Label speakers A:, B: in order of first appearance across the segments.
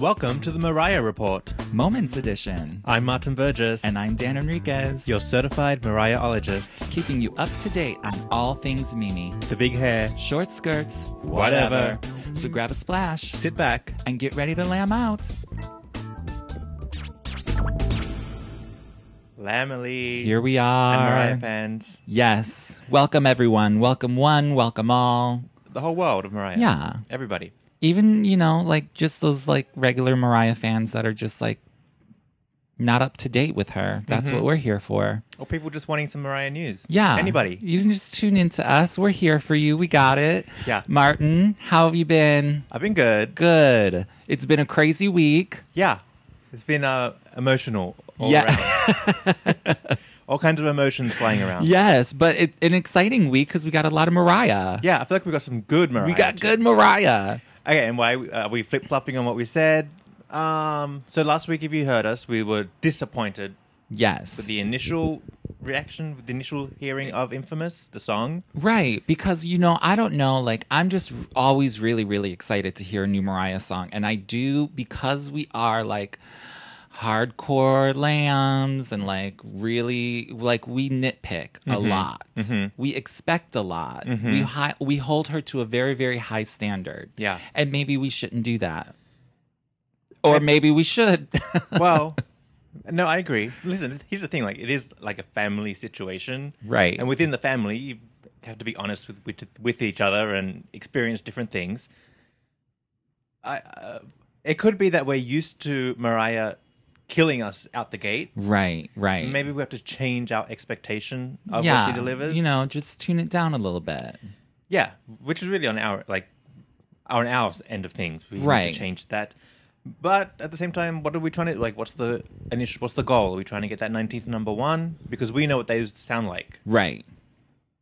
A: Welcome to the Mariah Report.
B: Moments Edition.
A: I'm Martin Burgess,
B: And I'm Dan Enriquez,
A: your certified Mariahologists.
B: keeping you up to date on all things Mimi.
A: The big hair.
B: Short skirts,
A: Whatever.
B: whatever. So grab a splash
A: Sit back.
B: and get ready to lamb out.
A: Lamely.
B: Here we
A: and
B: are.
A: Mariah fans.
B: Yes. Welcome, everyone. Welcome, one. Welcome, all.
A: The whole world of Mariah.
B: Yeah.
A: Everybody.
B: Even, you know, like just those like regular Mariah fans that are just like not up to date with her.
A: Mm-hmm.
B: That's what we're here for.
A: Or people just wanting some Mariah news.
B: Yeah.
A: Anybody.
B: You can just tune in to us. We're here for you. We got it.
A: Yeah.
B: Martin, how have you been?
A: I've been good.
B: Good. It's been a crazy week.
A: Yeah. It's been uh, emotional all
B: Yeah.
A: around. all kinds of emotions flying around.
B: Yes, but it, an exciting week because we got a lot of Mariah.
A: Yeah, I feel like we got some good Mariah.
B: We got good Mariah.
A: Okay, and why are we flip flopping on what we said? Um, so last week, if you heard us, we were disappointed
B: Yes.
A: with the initial reaction, with the initial hearing of Infamous, the song.
B: Right, because you know, I don't know, like I'm just r- always really really excited to hear a new Mariah song and I do because we are like hardcore lambs and like really like we nitpick a
A: Mm-hmm.
B: lot. We expect a lot. We hi- we hold her to a very very high standard.
A: Yeah.
B: And maybe we shouldn't do that. Or maybe we should.
A: Well, no, I agree. Listen, here's the thing: like it is like a family situation,
B: Right.
A: And within the family, you have to be honest with with, with each other and experience different things. I, uh, it could be that we're used to Mariah killing us out the gate.
B: right, right.
A: Maybe we have to change our expectation of what
B: yeah,
A: she delivers.
B: You know, just tune it down a little bit.
A: Yeah, which is really on our like on our end of things. We need
B: Right.
A: to change that. But at the same time, what are we trying to like? What's the initial? What's the goal? Are we trying to get that nineteenth number one? Because we know what those sound like.
B: Right.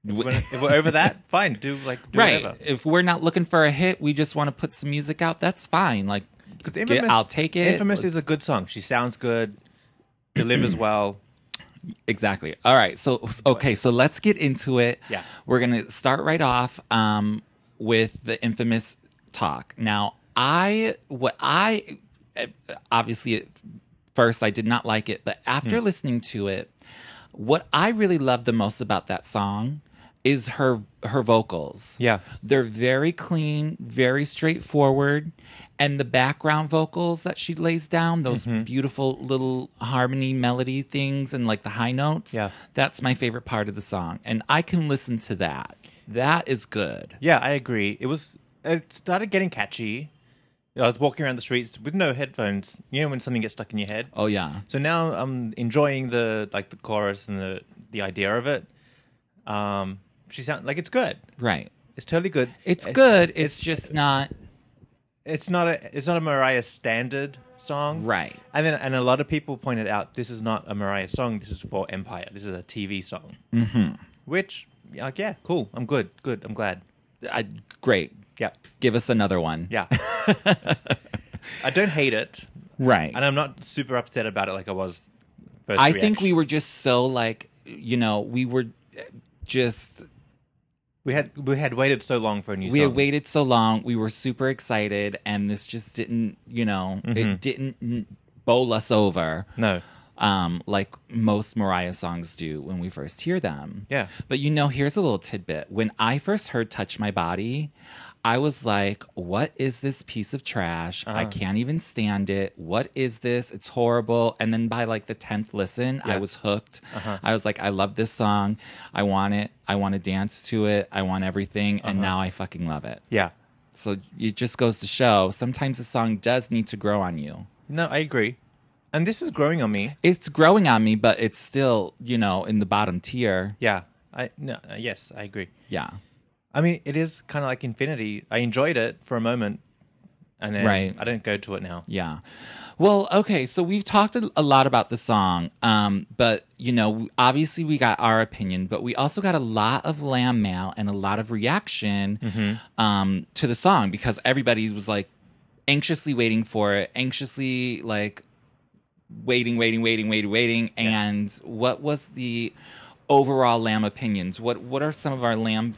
A: If we're, if we're over that, fine. Do like do
B: right.
A: whatever.
B: If we're not looking for a hit, we just want to put some music out. That's fine. Like,
A: Because
B: get- I'll take it.
A: Infamous is a good song. She sounds good, delivers well.
B: exactly. All right. So okay. So let's get into it.
A: Yeah.
B: We're gonna start right off um, with the infamous talk. Now, I what I obviously at first I did not like it, but
A: Hmm.
B: after listening to it, what I really love the most about that song is her her vocals.
A: Yeah.
B: They're very clean, very straightforward. And the background vocals that she lays down, those beautiful little harmony melody things and like the high notes.
A: Yeah.
B: That's my favorite part of the song. And I can listen to that. That is good.
A: Yeah, I agree. It was. It started getting catchy. I was walking around the streets with no headphones. You know when something gets stuck in your head.
B: Oh yeah.
A: So now I'm enjoying the like the chorus and the the idea of it. Um, she sounds like it's good.
B: Right.
A: It's totally good.
B: It's good. It's just not
A: It's not a it's not a Mariah standard song,
B: Right.
A: And then and a lot of people pointed out this is not a Mariah song. This is for Empire. This is a TV song. Mm-hmm. Which like yeah, cool. I'm good. Good. I'm glad.
B: uh, great.
A: Yeah.
B: Give us another one.
A: Yeah. I don't hate it,
B: Right.
A: and I'm not super upset about it like I was. First
B: I think we were just so like, you know, we were just
A: we had we had waited so long for a new
B: we
A: song.
B: had waited so long. We were super excited, and this just didn't, you know, it didn't n- bowl us over.
A: no.
B: Um, like most Mariah songs do when we first hear them.
A: Yeah.
B: But you know, here's a little tidbit. When I first heard Touch My Body, I was like, what is this piece of trash? I can't even stand it. What is this? It's horrible. And then by like the 10th listen, I was hooked. I was like, I love this song. I want it. I want to dance to it. I want everything. And now I fucking love it.
A: Yeah.
B: So it just goes to show sometimes a song does need to grow on you.
A: No, I agree. And this is growing on me.
B: It's growing on me, but it's still, you know, in the bottom tier.
A: Yeah. I no, uh, yes, I agree.
B: Yeah.
A: I mean, it is kind of like Infinity. I enjoyed it for a moment, and then
B: Right.
A: I don't go to it now.
B: Yeah. Well, okay, so we've talked a a lot about the song, um, but you know, obviously we got our opinion, but we also got a lot of lamb mail and a lot of reaction um, to the song because everybody was like anxiously waiting for it, anxiously like waiting, waiting, waiting, waiting, waiting. And what was the overall lamb opinions? What What are some of our lamb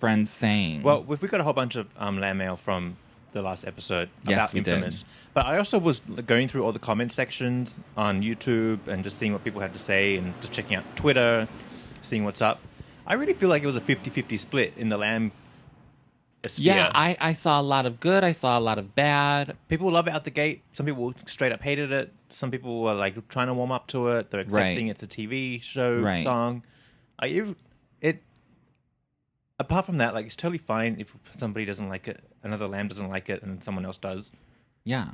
B: friends saying?
A: Well, we've, we got a whole bunch of um, land mail from the last episode
B: Yes,
A: about
B: we did.
A: Infamous. But I also was going through all the comment sections on YouTube and just seeing what people had to say and just checking out Twitter, seeing what's up. I really feel like it was a 50 50 split in the Lamb sphere.
B: yeah, I, I saw a lot of good. I saw a lot of bad.
A: people love it out the gate. Some people straight up hated it. Some people were like trying to warm up to it. They're accepting it's
B: Right.
A: a TV show
B: Right.
A: song. I it, it. Apart from that, like it's totally fine if somebody doesn't like it, another lamb doesn't like it, and someone else does.
B: Yeah.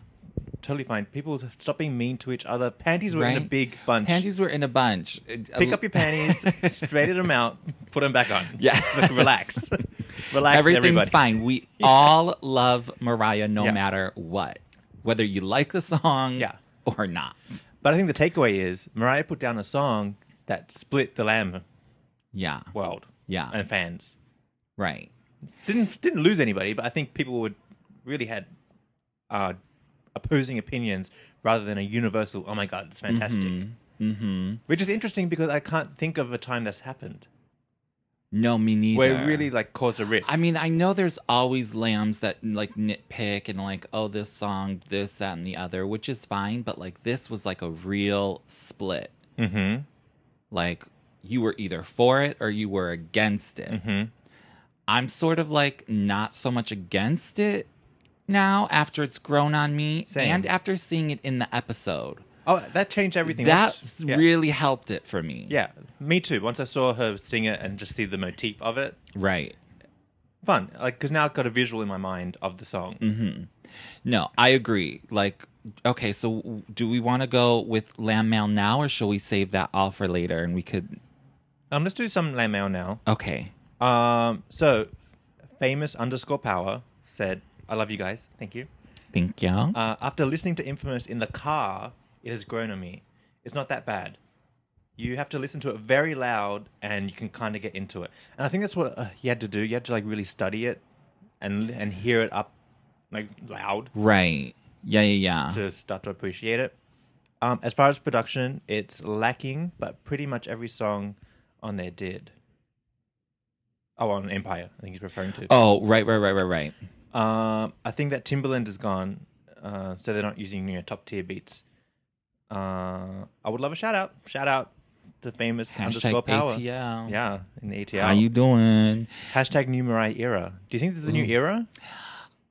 A: Totally fine. People stop being mean to each other. Panties were in a
B: Right.
A: big bunch.
B: Panties were in a bunch.
A: Pick up your panties, straighten them out, put them back on.
B: Yeah.
A: relax, relax.
B: Everything's
A: everybody.
B: fine. We all love Mariah no
A: Yeah.
B: matter what, whether you like the song
A: Yeah.
B: or not.
A: But I think the takeaway is Mariah put down a song that split the lamb
B: Yeah.
A: world.
B: Yeah.
A: and fans
B: Right.
A: didn't didn't lose anybody, but I think people would really had uh, opposing opinions rather than a universal. Oh my god, it's fantastic. Mm-hmm. Which is interesting because I can't think of a time that's happened
B: No, me neither.
A: where it really like caused a rift.
B: I mean, I know there's always lambs that like nitpick and like, oh, this song, this, that, and the other, which is fine. But like, this was like a real split. Mm-hmm. Like, you were either for it or you were against it.
A: Mm-hmm.
B: I'm sort of like not so much against it now after it's grown on me
A: Same.
B: and after seeing it in the episode.
A: oh, that changed everything.
B: That's
A: yeah.
B: really helped it for me.
A: yeah. Me too. Once I saw her sing it and just see the motif of it,
B: Right.
A: fun. Like because now I've got a visual in my mind of the song.
B: Mm-hmm. No, I agree. Like, okay, so w- do we want to go with lamb mail now, or shall we save that all for later? And we could.
A: Um, let's do some lamb mail now.
B: Okay.
A: Um, so famous underscore power said, "I love you guys. Thank you."
B: Thank you.
A: Uh, after listening to Infamous in the car, it has grown on me. It's not that bad. You have to listen to it very loud, and you can kind of get into it. And I think that's what uh, you had to do. You had to like really study it, and and hear it up, like loud,
B: right. Yeah, yeah, yeah.
A: to start to appreciate it. Um, as far as production, it's lacking, but pretty much every song on there did. Oh, on Empire, I think he's referring to.
B: Oh, right, right, right, right, right.
A: Um, I think that Timberland is gone, uh, so they're not using you know, top tier beats. Uh, I would love a shout out. Shout out to famous underscore
B: Hashtag
A: power.
B: ATL.
A: Yeah, in the ATL.
B: How you doing?
A: Hashtag new Mariah era. Do you think this is the new era?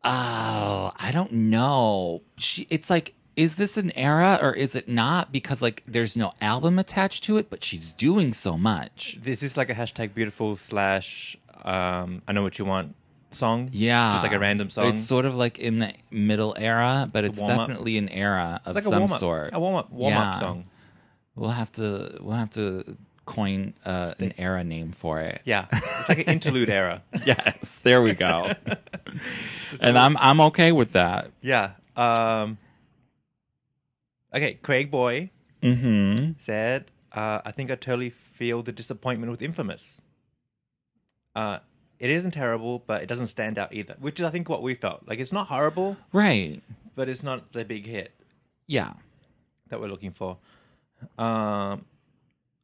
B: Oh, I don't know. She, it's like, is this an era or is it not? Because like, there's no album attached to it, but she's doing so much.
A: This is like a hashtag beautiful slash um, I know what you want song.
B: Yeah,
A: Just like a random song.
B: It's sort of like in the middle era, but it's
A: warm-up.
B: definitely an era of
A: like a
B: some
A: warm up,
B: sort.
A: a warm up, warm up
B: Yeah.
A: song.
B: We'll have to we'll have to coin uh, an era name for it.
A: Yeah, it's like an interlude era.
B: Yes, there we go. and I'm I'm okay with that.
A: Yeah. Um, okay, Craig Boy
B: Mm-hmm.
A: said, uh, I think I totally feel the disappointment with Infamous. Uh, it isn't terrible, but it doesn't stand out either, which is, I think, what we felt. Like, it's not horrible,
B: Right.
A: but it's not the big hit
B: Yeah.
A: that we're looking for. Um,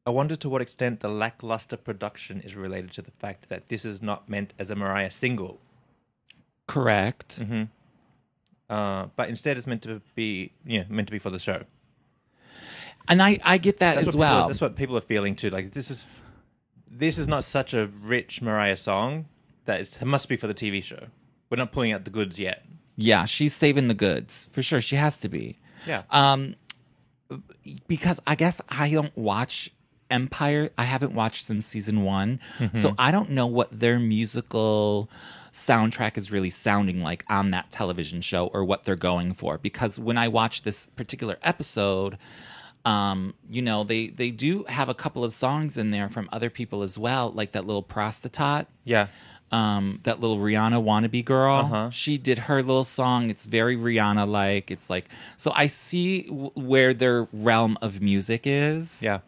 A: I wonder to what extent the lackluster production is related to the fact that this is not meant as a Mariah single,
B: Correct.
A: Mm-hmm. uh, but instead it's meant to be, yeah, meant to be for the show.
B: And I I get that
A: That's
B: as
A: what people-
B: well.
A: that's what people are feeling too. Like this is this is not such a rich Mariah song that it's, it must be for the TV show. We're not pulling out the goods yet.
B: Yeah, she's saving the goods for sure. She has to be.
A: Yeah.
B: Um, because I guess I don't watch Empire. I haven't watched since season one, so I don't know what their musical soundtrack is really sounding like on that television show or what they're going for. Because when I watch this particular episode, um, you know they they do have a couple of songs in there from other people as well, like that little prostitute
A: yeah.
B: um, that little Rihanna wannabe girl.
A: Uh-huh.
B: She did her little song. It's very Rihanna like. It's like so. I see w- where their realm of music is.
A: Yeah.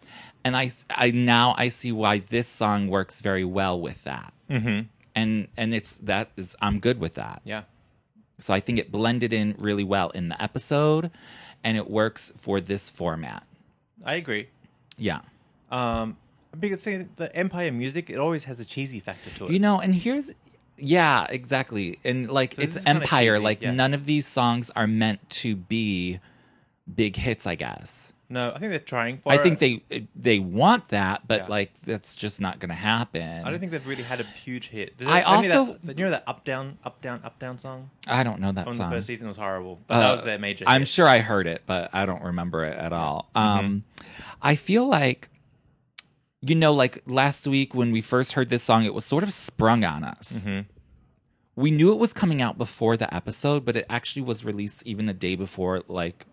B: and I, s- I now I see why this song works very well with that. Mm-hmm. And and it's that is I'm good with that.
A: Yeah.
B: So I think it blended in really well in the episode, and it works for this format.
A: I agree.
B: Yeah.
A: Um, because thing, the Empire music, it always has a cheesy factor to it.
B: You know, and here's yeah, exactly. And like
A: So this
B: it's
A: is kinda
B: empire.
A: cheesy,
B: Like
A: yeah.
B: none of these songs are meant to be big hits, I guess.
A: no, I think they're trying for.
B: I
A: it.
B: think they they want that, but
A: Yeah.
B: like that's just not going to happen.
A: I don't think they've really had a huge hit. There's
B: I
A: only that-
B: also-
A: that, you know that up down up down up down song
B: I don't know that
A: from
B: song.
A: the first season was horrible. But that
B: Uh,
A: was their major.
B: I'm
A: hit.
B: sure I heard it, but I don't remember it at all.
A: Mm-hmm.
B: Um, I feel like, you know, like last week when we first heard this song, it was sort of sprung on us.
A: Mm-hmm.
B: We knew it was coming out before the episode, but it actually was released even the day before, like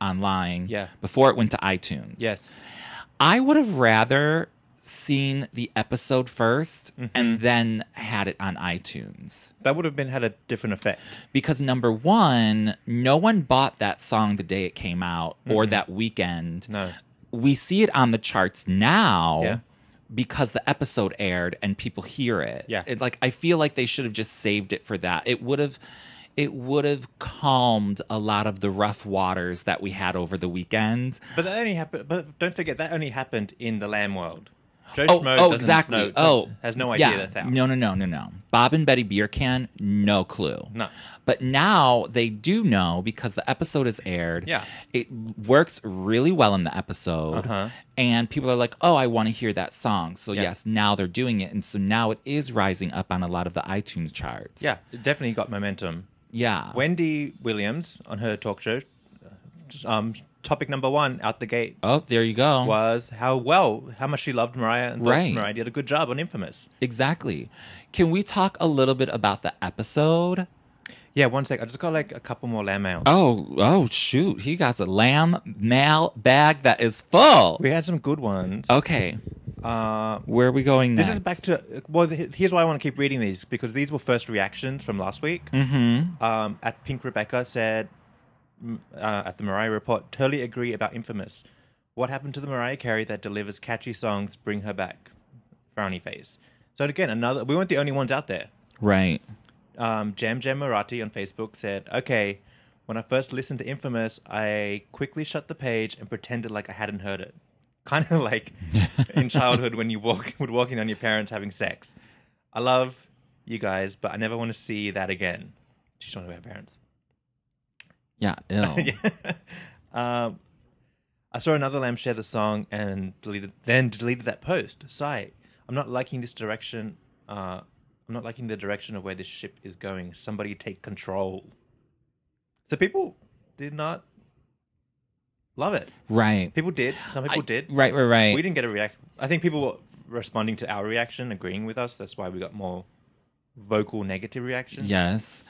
B: online.
A: Yeah.
B: Before it went to iTunes.
A: Yes.
B: I would have rather seen the episode 1st
A: Mm-hmm.
B: and then had it on iTunes
A: That would have been had a different effect.
B: because number one, no one bought that song the day it came out or that weekend.
A: Mm-hmm. No.
B: We see it on the charts now
A: Yeah.
B: because the episode aired and people hear it.
A: Yeah.
B: It, like I feel like they should have just saved it for that. It would have it would have calmed a lot of the rough waters that we had over the weekend.
A: But that only happened. But don't forget that only happened in the Lamb world. Joe
B: Oh,
A: Schmo
B: oh
A: doesn't
B: exactly.
A: know-
B: oh,
A: has no idea
B: yeah.
A: that's out.
B: No, no, no, no, no. Bob and Betty Bierkan, no clue.
A: No.
B: But now they do know because the episode is aired.
A: Yeah.
B: It works really well in the episode.
A: Uh-huh.
B: And people are like, oh, I want to hear that song. So,
A: Yeah.
B: yes, now they're doing it. And so now it is rising up on a lot of the iTunes charts.
A: Yeah, it definitely got momentum.
B: Yeah.
A: Wendy Williams on her talk show, um, topic number one out the gate
B: oh, there you go.
A: was how well, how much she loved Mariah and thought
B: Right.
A: Mariah did a good job on Infamous.
B: Exactly. Can we talk a little bit about the episode?
A: Yeah, one sec. I just got like a couple more lamb mails.
B: Oh, oh, shoot. He got a lamb mail bag that is full.
A: We had some good ones.
B: Okay.
A: Uh,
B: Where are we going
A: this
B: next?
A: is back to well. th- Here's why I want to keep reading these because these were first reactions from last week. Mm-hmm. Um, at Pink Rebecca said mm, uh, at the Mariah report, totally agree about Infamous. What happened to the Mariah Carey that delivers catchy songs? Bring her back. Frowny face. So again, another. We weren't the only ones out there.
B: Right.
A: um, Jam Jam Marathi on Facebook said, "Okay, when I first listened to Infamous, I quickly shut the page and pretended like I hadn't heard it, kind of like in childhood when you walk would walk in on your parents having sex. I love you guys, but I never want to see that again." She's talking about her parents.
B: Yeah, ill.
A: Um, I saw another lamb share the song and deleted, then deleted that post. Sigh. I'm not liking this direction. Uh, I'm not liking the direction of where this ship is going. Somebody take control. So people did not love it.
B: Right.
A: People did. Some people
B: I-
A: did.
B: Right, right, right.
A: We didn't get a react. I think people were responding to our reaction, agreeing with us. That's why we got more vocal negative reactions.
B: Yes.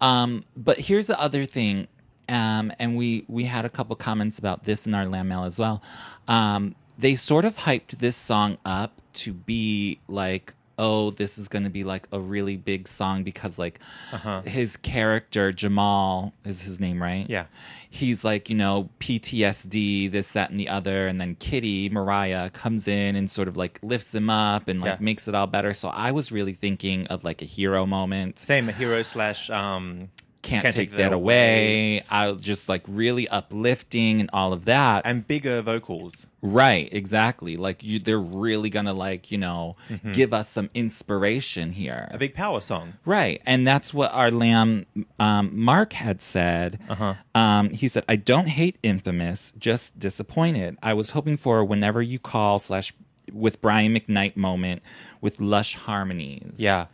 B: Um, but here's the other thing. Um, and we, we had a couple comments about this in our land mail as well. Um, they sort of hyped this song up to be like, oh, this is going to be like a really big song because like
A: Uh-huh.
B: his character, Jamal is his name, right?
A: Yeah.
B: He's like, you know, PTSD, this, that, and the other. And then Kitty, Mariah, comes in and sort of like lifts him up and like
A: Yeah.
B: makes it all better. So I was really thinking of like a hero moment
A: Same a hero slash um
B: can't, take, that away. I was just like really uplifting and all of that.
A: and bigger vocals.
B: right, exactly. Like you, they're really gonna like you know give us some inspiration here.
A: a big power song.
B: Right. And that's what our lamb, um, Mark, had said. Uh-huh. Um, he said, I don't hate Infamous, just disappointed. I was hoping for a whenever you call slash with Brian McKnight moment with lush harmonies.
A: Yeah.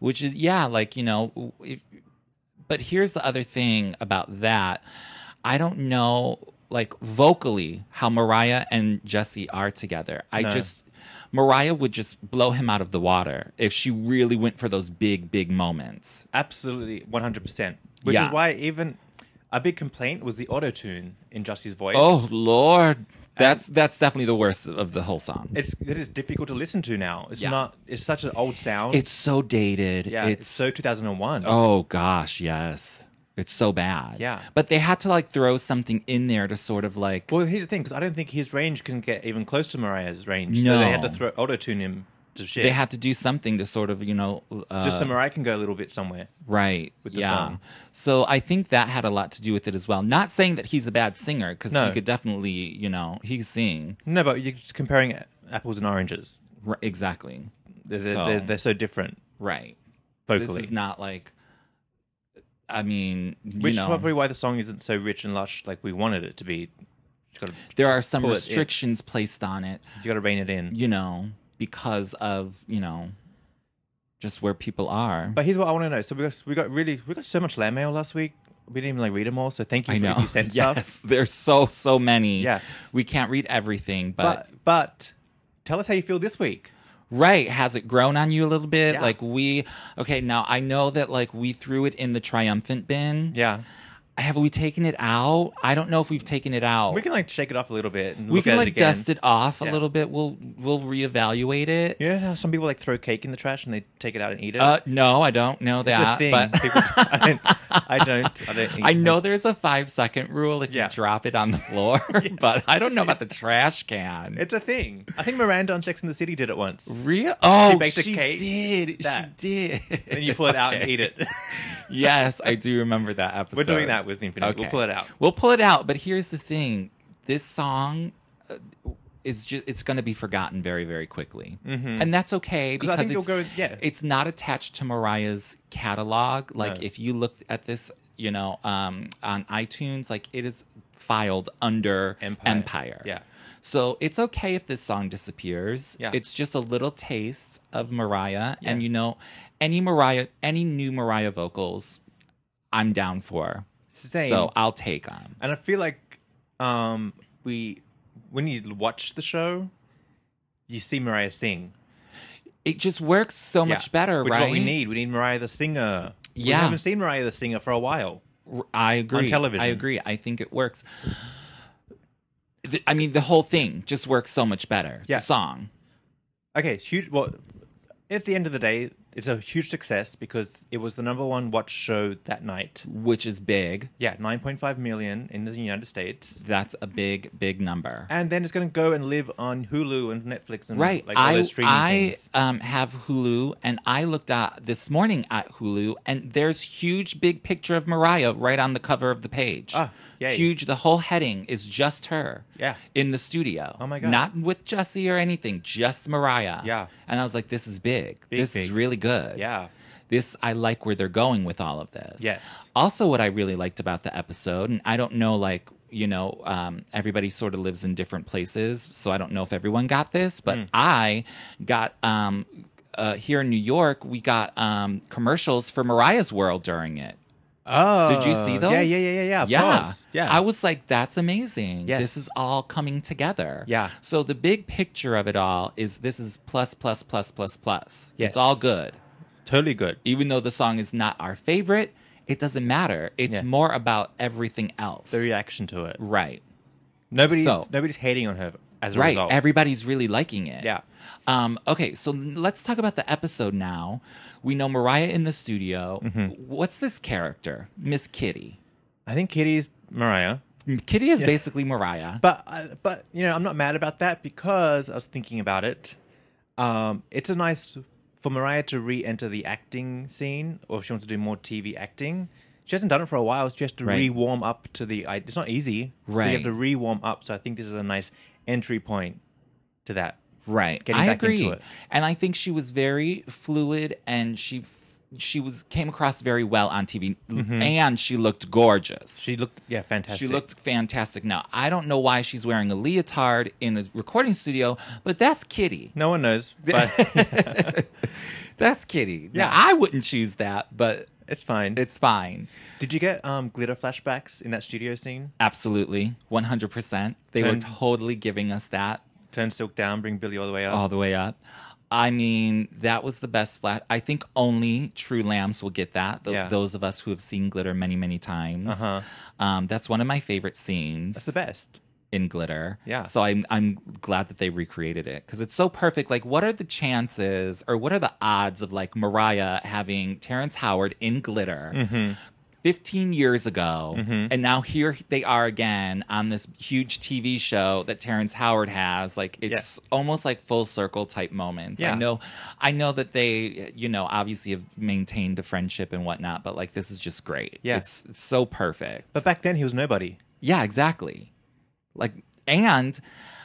B: which is yeah, like you know, if, but here's the other thing about that. I don't know like vocally how Mariah and Jesse are together. I
A: No.
B: just Mariah would just blow him out of the water if she really went for those big big moments.
A: Absolutely, one hundred percent. Which
B: Yeah.
A: is why even a big complaint was the auto tune in Justy's voice.
B: Oh lord. That's that's definitely the worst of the whole song.
A: it's it is difficult to listen to now. It's
B: Yeah.
A: not. It's such an old sound.
B: It's so dated.
A: yeah. It's, so two thousand and one.
B: Oh gosh, yes. It's so bad.
A: Yeah.
B: But they had to like throw something in there to sort of like
A: Well, here's the thing, because I don't think his range can get even close to Mariah's range. So
B: No.
A: they had to throw auto tune him to shit.
B: they had to do something to sort of, you know, uh,
A: just so Mariah can go a little bit somewhere.
B: right.
A: the
B: yeah.
A: song.
B: So I think that had a lot to do with it as well. Not saying that he's a bad singer cuz
A: No.
B: he could definitely, you know, he can sing.
A: No, but you're just comparing apples and oranges.
B: R- exactly.
A: They're, they're,
B: So-
A: they're, they're so different
B: Right.
A: vocally.
B: This is not like I mean, you
A: which
B: know,
A: is probably why the song isn't so rich and lush like we wanted it to be. You gotta,
B: there are some
A: pull it in.
B: restrictions placed on it.
A: you gotta rein it in.
B: you know, because of, you know, just where people are.
A: But here's what I want to know. So we got, we got really, we got so much land mail last week. We didn't even like read them all. So thank you
B: I
A: for
B: know.
A: if you sent
B: yes,
A: stuff.
B: there's so so many.
A: Yeah.
B: we can't read everything, but,
A: But, but tell us how you feel this week.
B: right, has it grown on you a little bit?
A: Yeah.
B: Like we, okay, now I know that like we threw it in the triumphant bin.
A: Yeah.
B: have we taken it out? I don't know if we've taken it out.
A: We can like shake it off a little bit. And
B: We
A: look
B: can
A: at
B: like
A: it again.
B: dust it off a
A: Yeah.
B: little bit. We'll we'll reevaluate it.
A: You know how some people like throw cake in the trash and they take it out and eat it?
B: Uh, no, I don't know
A: it's
B: that.
A: a thing.
B: But
A: People- I don't. I don't. I, don't
B: I know there's a five second rule if
A: Yeah.
B: you drop it on the floor, but I don't know about the trash can.
A: It's a thing. I think Miranda on Sex in the City did it once.
B: real. Oh, she,
A: baked a cake.
B: did.
A: That.
B: She did.
A: Then you pull it out and eat it.
B: yes, I do remember that episode.
A: We're doing that with Infinite. We'll pull it out.
B: We'll pull it out. But here's the thing: this song uh, is just—it's going to be forgotten very, very quickly, and that's okay
A: Mm-hmm. I
B: because
A: think
B: it's
A: you'll go- yeah.
B: it's not attached to Mariah's catalog. Like
A: No.
B: if you look at this, you know, um, on iTunes, like it is filed under
A: Empire. Yeah.
B: So it's okay if this song disappears.
A: Yeah.
B: It's just a little taste of Mariah. And you know, any Mariah, any new Mariah vocals, I'm down for.
A: Same.
B: So I'll take them.
A: And I feel like um, we, when you watch the show, you see Mariah sing.
B: It just works so
A: Yeah.
B: much better,
A: Which
B: right?
A: is what we need. We need Mariah the singer.
B: Yeah.
A: We haven't seen Mariah the singer for a while.
B: R- I agree.
A: television.
B: I agree. I think it works. Th- I mean, the whole thing just works so much better.
A: Yeah.
B: The song.
A: Okay, huge. Well, at the end of the day, it's a huge success because it was the number one watch show that night.
B: which is big.
A: Yeah, 9.5 million in the United States.
B: That's a big, big number.
A: And then it's going to go and live on Hulu and Netflix and
B: Right.
A: like all
B: I
A: those streaming
B: I
A: things.
B: um, have Hulu, and I looked at this morning at Hulu, and there's huge, big picture of Mariah right on the cover of the page.
A: Ah, yay.
B: huge. The whole heading is just her.
A: Yeah.
B: In the studio.
A: Oh my God.
B: Not with Jesse or anything, just Mariah.
A: Yeah.
B: And I was like, this is big.
A: Big,
B: this is
A: big.
B: really good.
A: Yeah.
B: This I like where they're going with all of this.
A: Yes.
B: Also, what I really liked about the episode, and I don't know, like, you know, um, everybody sort of lives in different places, so I don't know if everyone got this, but
A: Mm.
B: I got um, uh, here in New York, we got um, commercials for Mariah's World during it.
A: Oh.
B: Did you see those?
A: Yeah, yeah, yeah, yeah, yeah. of
B: Yeah.
A: course. Yeah.
B: I was like, that's amazing.
A: Yes.
B: This is all coming together.
A: Yeah.
B: So the big picture of it all is this is plus, plus, plus, plus, plus.
A: Yes.
B: It's all good.
A: totally good.
B: Even though the song is not our favorite, it doesn't matter. It's
A: Yeah.
B: more about everything else.
A: The reaction to it.
B: right.
A: Nobody's
B: So-
A: nobody's hating on her as a
B: Right.
A: result.
B: Everybody's really liking it.
A: Yeah.
B: Um, okay, so let's talk about the episode now. We know Mariah in the studio.
A: Mm-hmm.
B: What's this character? Miss Kitty.
A: I think Kitty's Mariah.
B: Kitty is basically Mariah.
A: But I- but you know, I'm not mad about that because I was thinking about it. Um, it's a nice for Mariah to re-enter the acting scene, or if she wants to do more TV acting. She hasn't done it for a while. She has to
B: Right.
A: re-warm up to the. I- It's not easy. So you have
B: Right.
A: to re-warm up. So I think this is a nice entry point to that.
B: Right.
A: Getting
B: I
A: back into
B: agree.
A: it.
B: And I think she was very fluid and she f- she was came across very well on TV,
A: Mm-hmm.
B: and she looked gorgeous.
A: She looked, yeah, fantastic.
B: She looked fantastic. Now I don't know why she's wearing a leotard in a recording studio, but that's Kitty.
A: No one knows, but
B: That's Kitty. Yeah,
A: Yeah.
B: I wouldn't choose that, but
A: it's fine.
B: it's fine.
A: Did you get um, glitter flashbacks in that studio scene?
B: Absolutely, one hundred percent. They were
A: Turn-
B: totally giving us that
A: Turn silk down, bring Billy all the way up.
B: all the way up. I mean, that was the best flat. I think only true lambs will get that. th-
A: Yeah.
B: Those of us who have seen glitter many, many times.
A: Uh-huh.
B: Um, that's one of my favorite scenes.
A: That's the best.
B: in glitter.
A: Yeah.
B: So I'm I'm glad that they recreated it because it's so perfect. Like, what are the chances or what are the odds of like Mariah having Terrence Howard in glitter?
A: Mm-hmm.
B: 15 years ago, and now here they are again on this huge TV show that Terrence Howard has. Like it's almost like full circle type moments. I
A: Yeah.
B: know, I know that they, you know, obviously have maintained a friendship and whatnot, but like this is just great.
A: Yeah.
B: it's, it's so perfect.
A: But back then, he was nobody.
B: Yeah, exactly. Like, and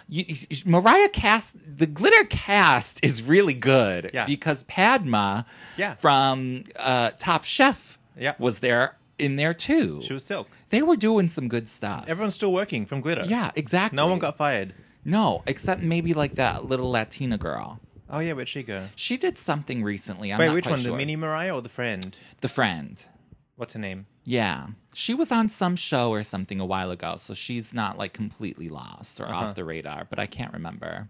B: you, you- Mariah cast the glitter cast is really good
A: Yeah.
B: because Padma,
A: Yeah.
B: from uh, Top Chef,
A: Yeah.
B: was there in there too.
A: She was silk.
B: they were doing some good stuff.
A: Everyone's still working from glitter.
B: yeah, exactly.
A: No one got fired.
B: no, except maybe like that little Latina girl.
A: Oh yeah, where'd she go?
B: She did something recently. I'm
A: Wait,
B: not
A: which
B: quite
A: one?
B: sure.
A: The mini Mariah or the friend?
B: the friend.
A: What's her name?
B: Yeah. She was on some show or something a while ago, so she's not like completely lost or
A: Uh-huh.
B: off the radar, but I can't remember.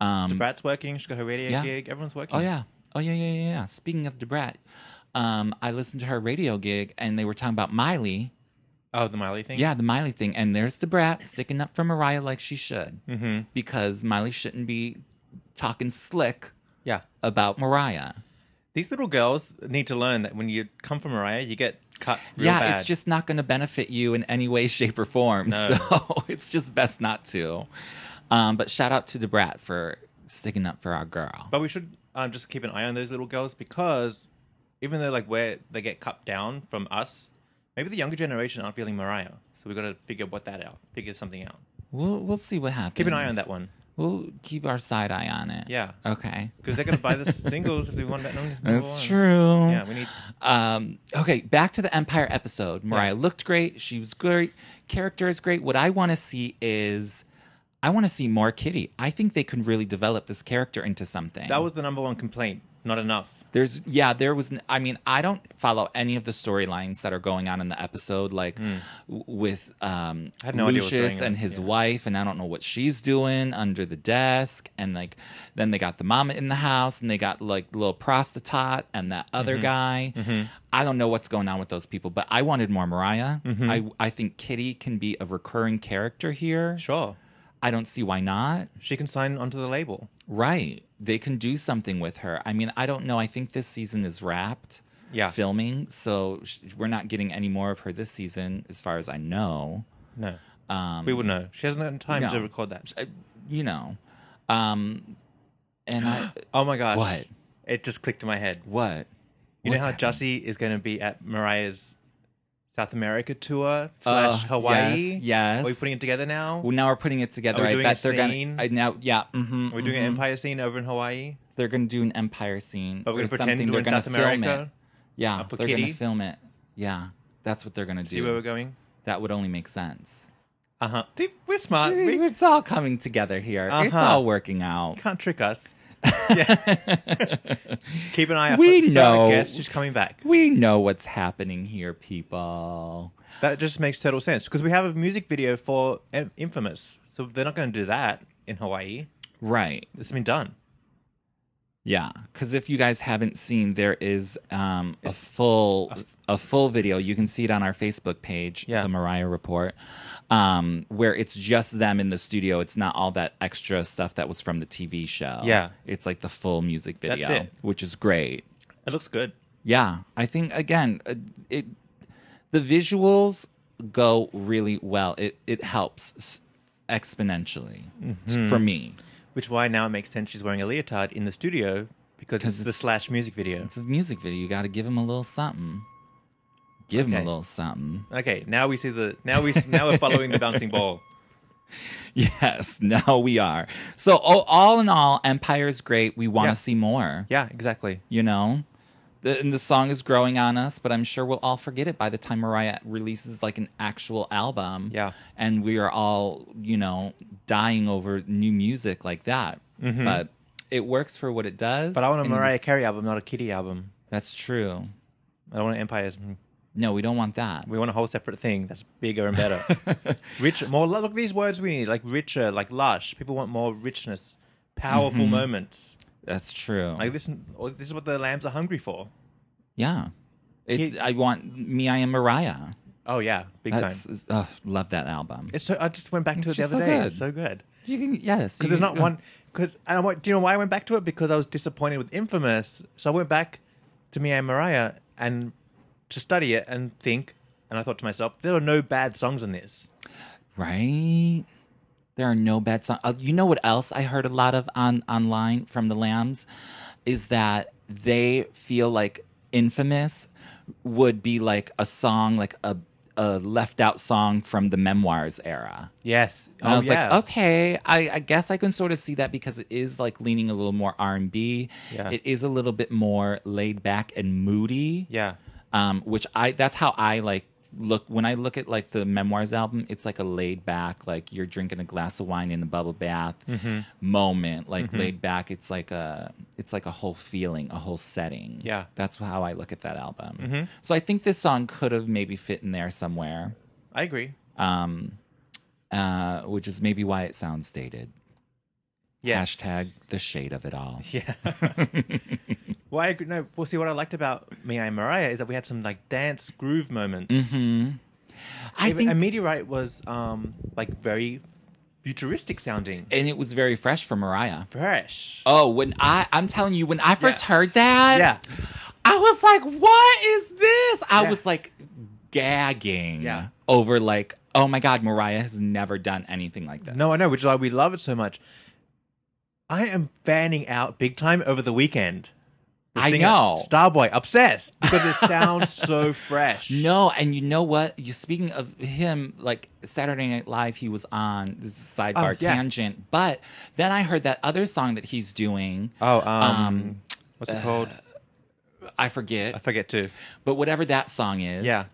A: The Brat's working. She got her radio
B: Um, Yeah.
A: gig. Everyone's working.
B: Oh yeah. Oh yeah, yeah, yeah, yeah. Speaking of Debrat, um, I listened to her radio gig and they were talking about Miley.
A: Oh, the Miley thing.
B: Yeah, the Miley thing. And there's Debrat sticking up for Mariah like she should. Mm-hmm. Because Miley shouldn't be talking slick
A: Yeah.
B: about Mariah.
A: These little girls need to learn that when you come from Mariah, you get cut. Real
B: yeah,
A: bad.
B: it's just not going to benefit you in any way, shape, or form. So it's just best not to. Um, but shout out to Debrat for sticking up for our girl.
A: But we should um, just keep an eye on those little girls because even though like where they get cut down from us, maybe the younger generation aren't feeling Mariah. So we got to figure what that out. Figure something out.
B: We'll we'll see what happens.
A: Keep an eye on that one.
B: We'll keep our side eye on it.
A: Yeah.
B: Okay.
A: Because they're gonna buy the singles if they want that number.
B: That's
A: one.
B: true.
A: Yeah, we need.
B: Um, okay, back to the Empire episode. Mariah looked great. She was great. Character is great. What I want to see is, I want to see more Kitty. I think they can really develop this character into something.
A: That was the number one complaint. Not enough.
B: There's yeah, there was. n- I mean, I don't follow any of the storylines that are going on in the episode, like w- with um,
A: Hmm. I had no idea what was
B: Lucius
A: going on,
B: and his
A: yeah.
B: wife, and I don't know what she's doing under the desk, and like then they got the mama in the house, and they got like little prostitute and that other
A: Mm-hmm.
B: guy. I don't know what's going on with those people, but I wanted more Mariah.
A: Mm-hmm.
B: I I think Kitty can be a recurring character here.
A: Sure,
B: I don't see why not.
A: she can sign onto the label.
B: Right. They can do something with her. I mean, I don't know. I think this season is wrapped.
A: Yeah.
B: Filming. So sh- we're not getting any more of her this season, as far as I know.
A: No, Um, we would know. She hasn't had time to
B: no.
A: record that.
B: Uh, you know. Um, and I.
A: Oh my gosh!
B: What?
A: It just clicked in my head.
B: what?
A: You know
B: What's
A: how
B: happening?
A: Jussie is going to be at Mariah's South America tour slash Hawaii.
B: yes, yes.
A: Are we putting it together now?
B: Well, now we're putting it together.
A: Are we
B: I
A: doing
B: bet
A: a
B: they're
A: scene?
B: gonna. I now, yeah. Mm-hmm,
A: Are we doing an Empire scene over in Hawaii?
B: They're gonna do an empire scene.
A: But we're going
B: or
A: to pretend
B: something.
A: we're
B: They're
A: in
B: gonna
A: South
B: film
A: America.
B: it. Yeah.
A: uh, for
B: They're
A: Kitty?
B: gonna film it. Yeah. That's what they're gonna
A: See where we're
B: do.
A: going?
B: That would only make sense.
A: Uh huh. We're smart.
B: Dude,
A: We
B: it's all coming together here. It's
A: Uh-huh.
B: all working out.
A: can't trick us. Yeah. Keep an eye out
B: We
A: for the
B: know.
A: guest. She's coming back.
B: We know what's happening here, people.
A: That just makes total sense because we have a music video for In- Infamous. So they're not going to do that in Hawaii.
B: Right.
A: It's been done.
B: Yeah. Because if you guys haven't seen, there is um, a full a full video. You can see it on our Facebook page,
A: Yeah.
B: the Mariah Report, um, where it's just them in the studio. It's not all that extra stuff that was from the TV show.
A: Yeah.
B: It's like the full music
A: That's
B: video,
A: it.
B: which is great.
A: It looks good.
B: Yeah, I think again, uh, it the visuals go really well. It it helps s- exponentially t- for me.
A: Which why now it makes sense she's wearing a leotard in the studio because it's,
B: 'Cause
A: the
B: it's-
A: slash music video.
B: It's a music video. You got to give him a little something. Give him a
A: Okay.
B: little something.
A: Okay, now we see the now we now we're following the bouncing ball.
B: Yes, now we are. So oh, all in all, Empire's great. We want to
A: Yeah.
B: see more.
A: Yeah, exactly.
B: You know, The, and the song is growing on us, but I'm sure we'll all forget it by the time Mariah releases like an actual album.
A: Yeah.
B: And we are all, you know, dying over new music like that. But it works for what it
A: Mm-hmm.
B: does.
A: But I want a
B: and it
A: Mariah
B: is-
A: Carey album, not a Kitty album.
B: that's true.
A: I don't want an Empire.
B: No, we don't want that.
A: We want a whole separate thing that's bigger and better. Rich, more. Look, these words we need like richer, like lush. People want more richness, powerful
B: Mm-hmm.
A: moments.
B: That's true.
A: Like this, or this is what the lambs are hungry for.
B: yeah. It,
A: He-
B: I want Me, I Am Mariah.
A: Oh yeah, big time.
B: That's ugh, love that album.
A: It's so. I just went back to it
B: It's
A: the
B: just
A: other
B: so
A: day.
B: good.
A: It's so good.
B: You can, yes, you uh,
A: Because there's not
B: can-
A: one. Because and I went. Do you know why I went back to it? Because I was disappointed with Infamous, so I went back to Mia and Mariah and to study it and think. And I thought to myself, there are no bad songs in this.
B: Right? There are no bad songs. Uh, you know what else I heard a lot of on online from the Lambs is that they feel like Infamous would be like a song, like a a left out song from the memoirs era.
A: Yes.
B: And I was like, okay, I, I guess I can sort of see that because it is like leaning a little more R and B.
A: Yeah.
B: It is a little bit more laid back and moody
A: Yeah.
B: um, which I that's how I like look when I look at like the memoirs album. It's like a laid back, like you're drinking a glass of wine in a bubble bath
A: Mm-hmm.
B: moment, like laid back. It's like a it's like a whole feeling, a whole setting.
A: Yeah. Mm-hmm.
B: that's how I look at that album. So I think this song could have maybe fit in there somewhere,
A: I agree.
B: um, uh, which is maybe why it sounds dated.
A: Yes.
B: Hashtag the shade of it all.
A: Yeah. well, I agree. No, well, see, what I liked about Mia and Mariah is that we had some like dance groove moments.
B: Mm. I
A: Even-
B: think
A: and Meteorite was um like very futuristic sounding,
B: and it was very fresh for Mariah.
A: fresh.
B: Oh, when I I'm telling you, when I first
A: Yeah.
B: heard that,
A: Yeah.
B: I was like, what is this? I
A: Yeah.
B: was like gagging
A: Yeah.
B: over like, oh my god, Mariah has never done anything like this.
A: No, I know, which is why we love it so much. I am fanning out big time over the weekend. The
B: I
A: singer,
B: know.
A: Starboy, obsessed because it sounds so fresh.
B: No, and you know what? You speaking of him, like Saturday Night Live, he was on this is a sidebar
A: Oh, yeah.
B: tangent. But then I heard that other song that he's doing.
A: Oh, um, what's it called?
B: I forget.
A: I forget too.
B: but whatever that song is.
A: Yeah.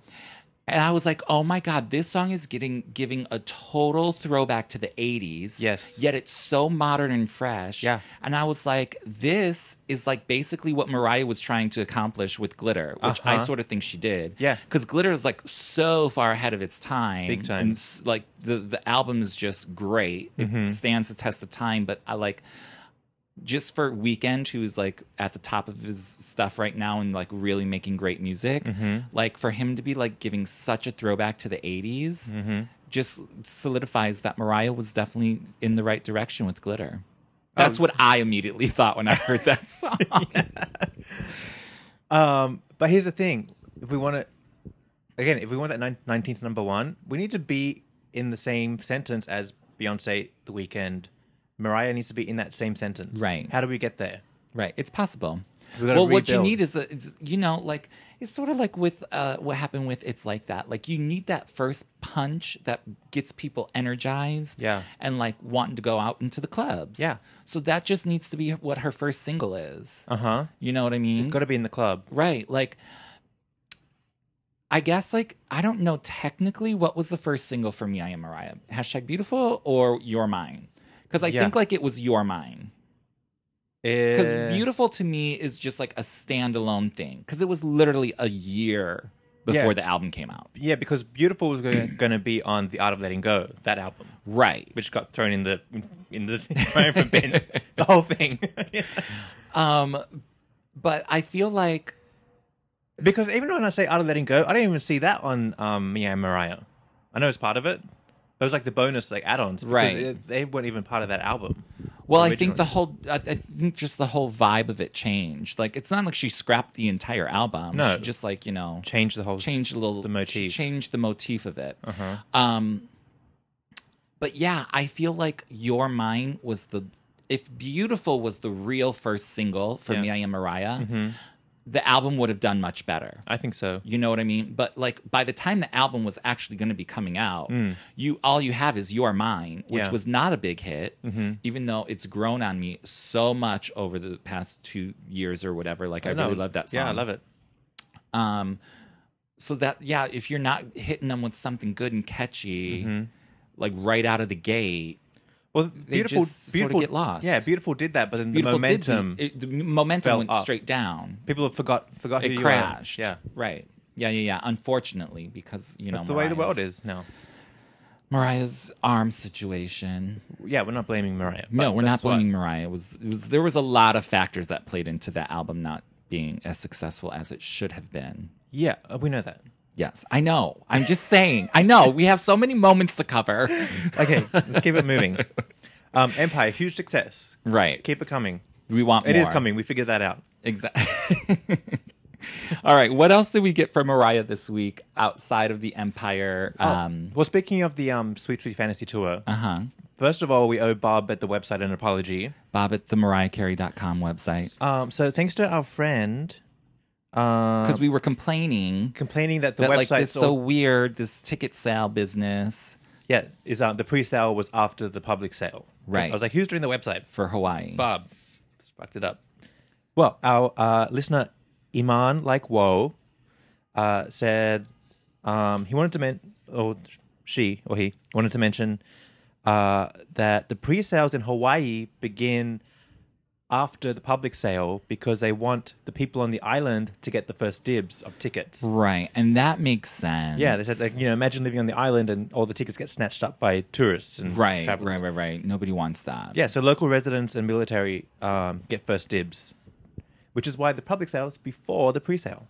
B: And I was like, oh my God, this song is getting giving a total throwback to the 80s.
A: Yes.
B: Yet it's so modern and fresh.
A: Yeah.
B: And I was like, this is like basically what Mariah was trying to accomplish with Glitter, which I
A: Uh-huh.
B: sort of think she did.
A: Yeah.
B: Because Glitter is like so far ahead of its time.
A: Big time.
B: And s- like the, the album is just great. It stands the test of time, but I like just for Weekend, who's like at the top of his stuff right now and like really making great music, like for him to be like giving such a throwback to the 80s just solidifies that Mariah was definitely in the right direction with Glitter. That's what I immediately thought when I heard that song.
A: Um, but here's the thing: if we want to, again, if we want that nineteenth number one, we need to be in the same sentence as Beyonce, The Weeknd, Mariah needs to be in that same sentence.
B: Right.
A: How do we get there?
B: Right. It's possible.
A: We gotta
B: Well, what you
A: rebuild.
B: need is, a, it's, you know, like it's sort of like with uh, what happened with It's Like That. Like you need that first punch that gets people energized
A: Yeah.
B: and like wanting to go out into the clubs.
A: Yeah.
B: So that just needs to be what her first single is.
A: Uh huh.
B: You know what I mean?
A: It's got to be in the club.
B: right. Like, I guess, like, I don't know technically what was the first single for me, I Am Mariah. Hashtag beautiful or You're Mine? Because I
A: Yeah.
B: think like it was You're Mine. Because
A: Eh,
B: beautiful to me is just like a standalone thing. Because it was literally a year before
A: Yeah.
B: the album came out.
A: Yeah, because beautiful was going to be on the Art of Letting Go that album,
B: Right.
A: which got thrown in the in the triumphant bin, the whole thing.
B: Um, but I feel like
A: Because even when I say Art of Letting Go, I don't even see that on um, Mia and Mariah. I know it's part of it. Those like the bonus like add-ons, because
B: Right.
A: it- they weren't even part of that album.
B: well, I
A: originally.
B: think the whole I, I think just the whole vibe of it changed. Like it's not like she scrapped the entire album.
A: No.
B: She just like, you know,
A: Change the whole
B: changed a little
A: the motif. Uh-huh.
B: changed the motif of it. Um, but yeah, I feel like Your Mine was the if Beautiful was the real first single for
A: Yeah. Mm-hmm.
B: me I Am Mariah. the album would have done much better.
A: I think so.
B: You know what I mean? But like by the time the album was actually going to be coming out, you all you have is Your Mine, which
A: Mm. Yeah. Mm-hmm.
B: was not a big hit, even though it's grown on me so much over the past two years or whatever. Like I
A: No,
B: really love that song.
A: Yeah, I love it.
B: Um, so that yeah, if you're not hitting them with something good and catchy,
A: Mm-hmm.
B: like right out of the gate,
A: Well, beautiful,
B: just sorta
A: beautiful
B: get lost.
A: Yeah, beautiful did that, but then the
B: Beautiful did the-
A: momentum,
B: it- the momentum
A: fell
B: went
A: up.
B: straight down.
A: people have forgot forgot who
B: It
A: you
B: crashed.
A: Are. Yeah,
B: Right. Yeah, yeah, yeah. Unfortunately, because you know
A: that's the way the
B: Mariah's-
A: world is now.
B: Mariah's arm situation.
A: Yeah, we're not blaming Mariah.
B: no,
A: but
B: we're not
A: that's why-
B: blaming Mariah. It was, it was there was a lot of factors that played into that album not being as successful as it should have been.
A: Yeah, uh, we know that.
B: Yes, I know. I'm just saying. I know. We have so many moments to cover.
A: Okay, let's keep it moving. Um, Empire, huge success.
B: Right.
A: Keep it coming.
B: we want
A: It is
B: more.
A: coming. We figured that out.
B: Exactly. All right. What else did we get from Mariah this week outside of the Empire?
A: Oh.
B: Um,
A: well, speaking of the um, Sweet Sweet Fantasy Tour,
B: uh huh.
A: first of all, we owe Bob at the website an apology.
B: Bob at the MariahCarey.com website.
A: Um, so thanks to our friend uh,
B: Because we were complaining
A: complaining that Um, the
B: that, like,
A: website
B: this so weird, this ticket sale business
A: yeah is um, the pre-sale was after the public sale.
B: Right.
A: I was like, who's doing the website?
B: for Hawaii.
A: Bob just fucked it up. Well, our uh, listener Iman, like whoa, uh, said um, he wanted to mention, or she or he wanted to mention uh, that the pre-sales in Hawaii begin after the public sale because they want the people on the island to get the first dibs of tickets.
B: Right, and that makes sense.
A: Yeah, they said like you know imagine living on the island and all the tickets get snatched up by tourists and
B: right,
A: travelers.
B: right, right, right. Nobody wants that.
A: Yeah, so local residents and military um, get first dibs, which is why the public sale is before the pre-sale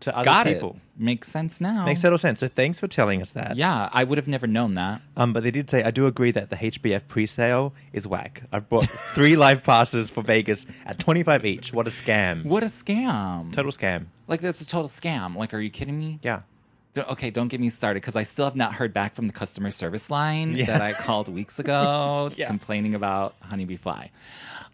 A: to other
B: got
A: people.
B: it. Makes sense now.
A: Makes total sense. So thanks for telling us that.
B: Yeah, I would have never known that.
A: Um, but they did say I do agree that the HBF pre-sale is whack. I've bought three live passes for Vegas at twenty-five each. What a scam!
B: What a scam!
A: Total scam.
B: Like that's a total scam. Like, are you kidding me?
A: Yeah.
B: Don't- Okay, don't get me started because I still have not heard back from the customer service line
A: Yeah.
B: that I called weeks ago
A: Yeah.
B: complaining about honeybee fly.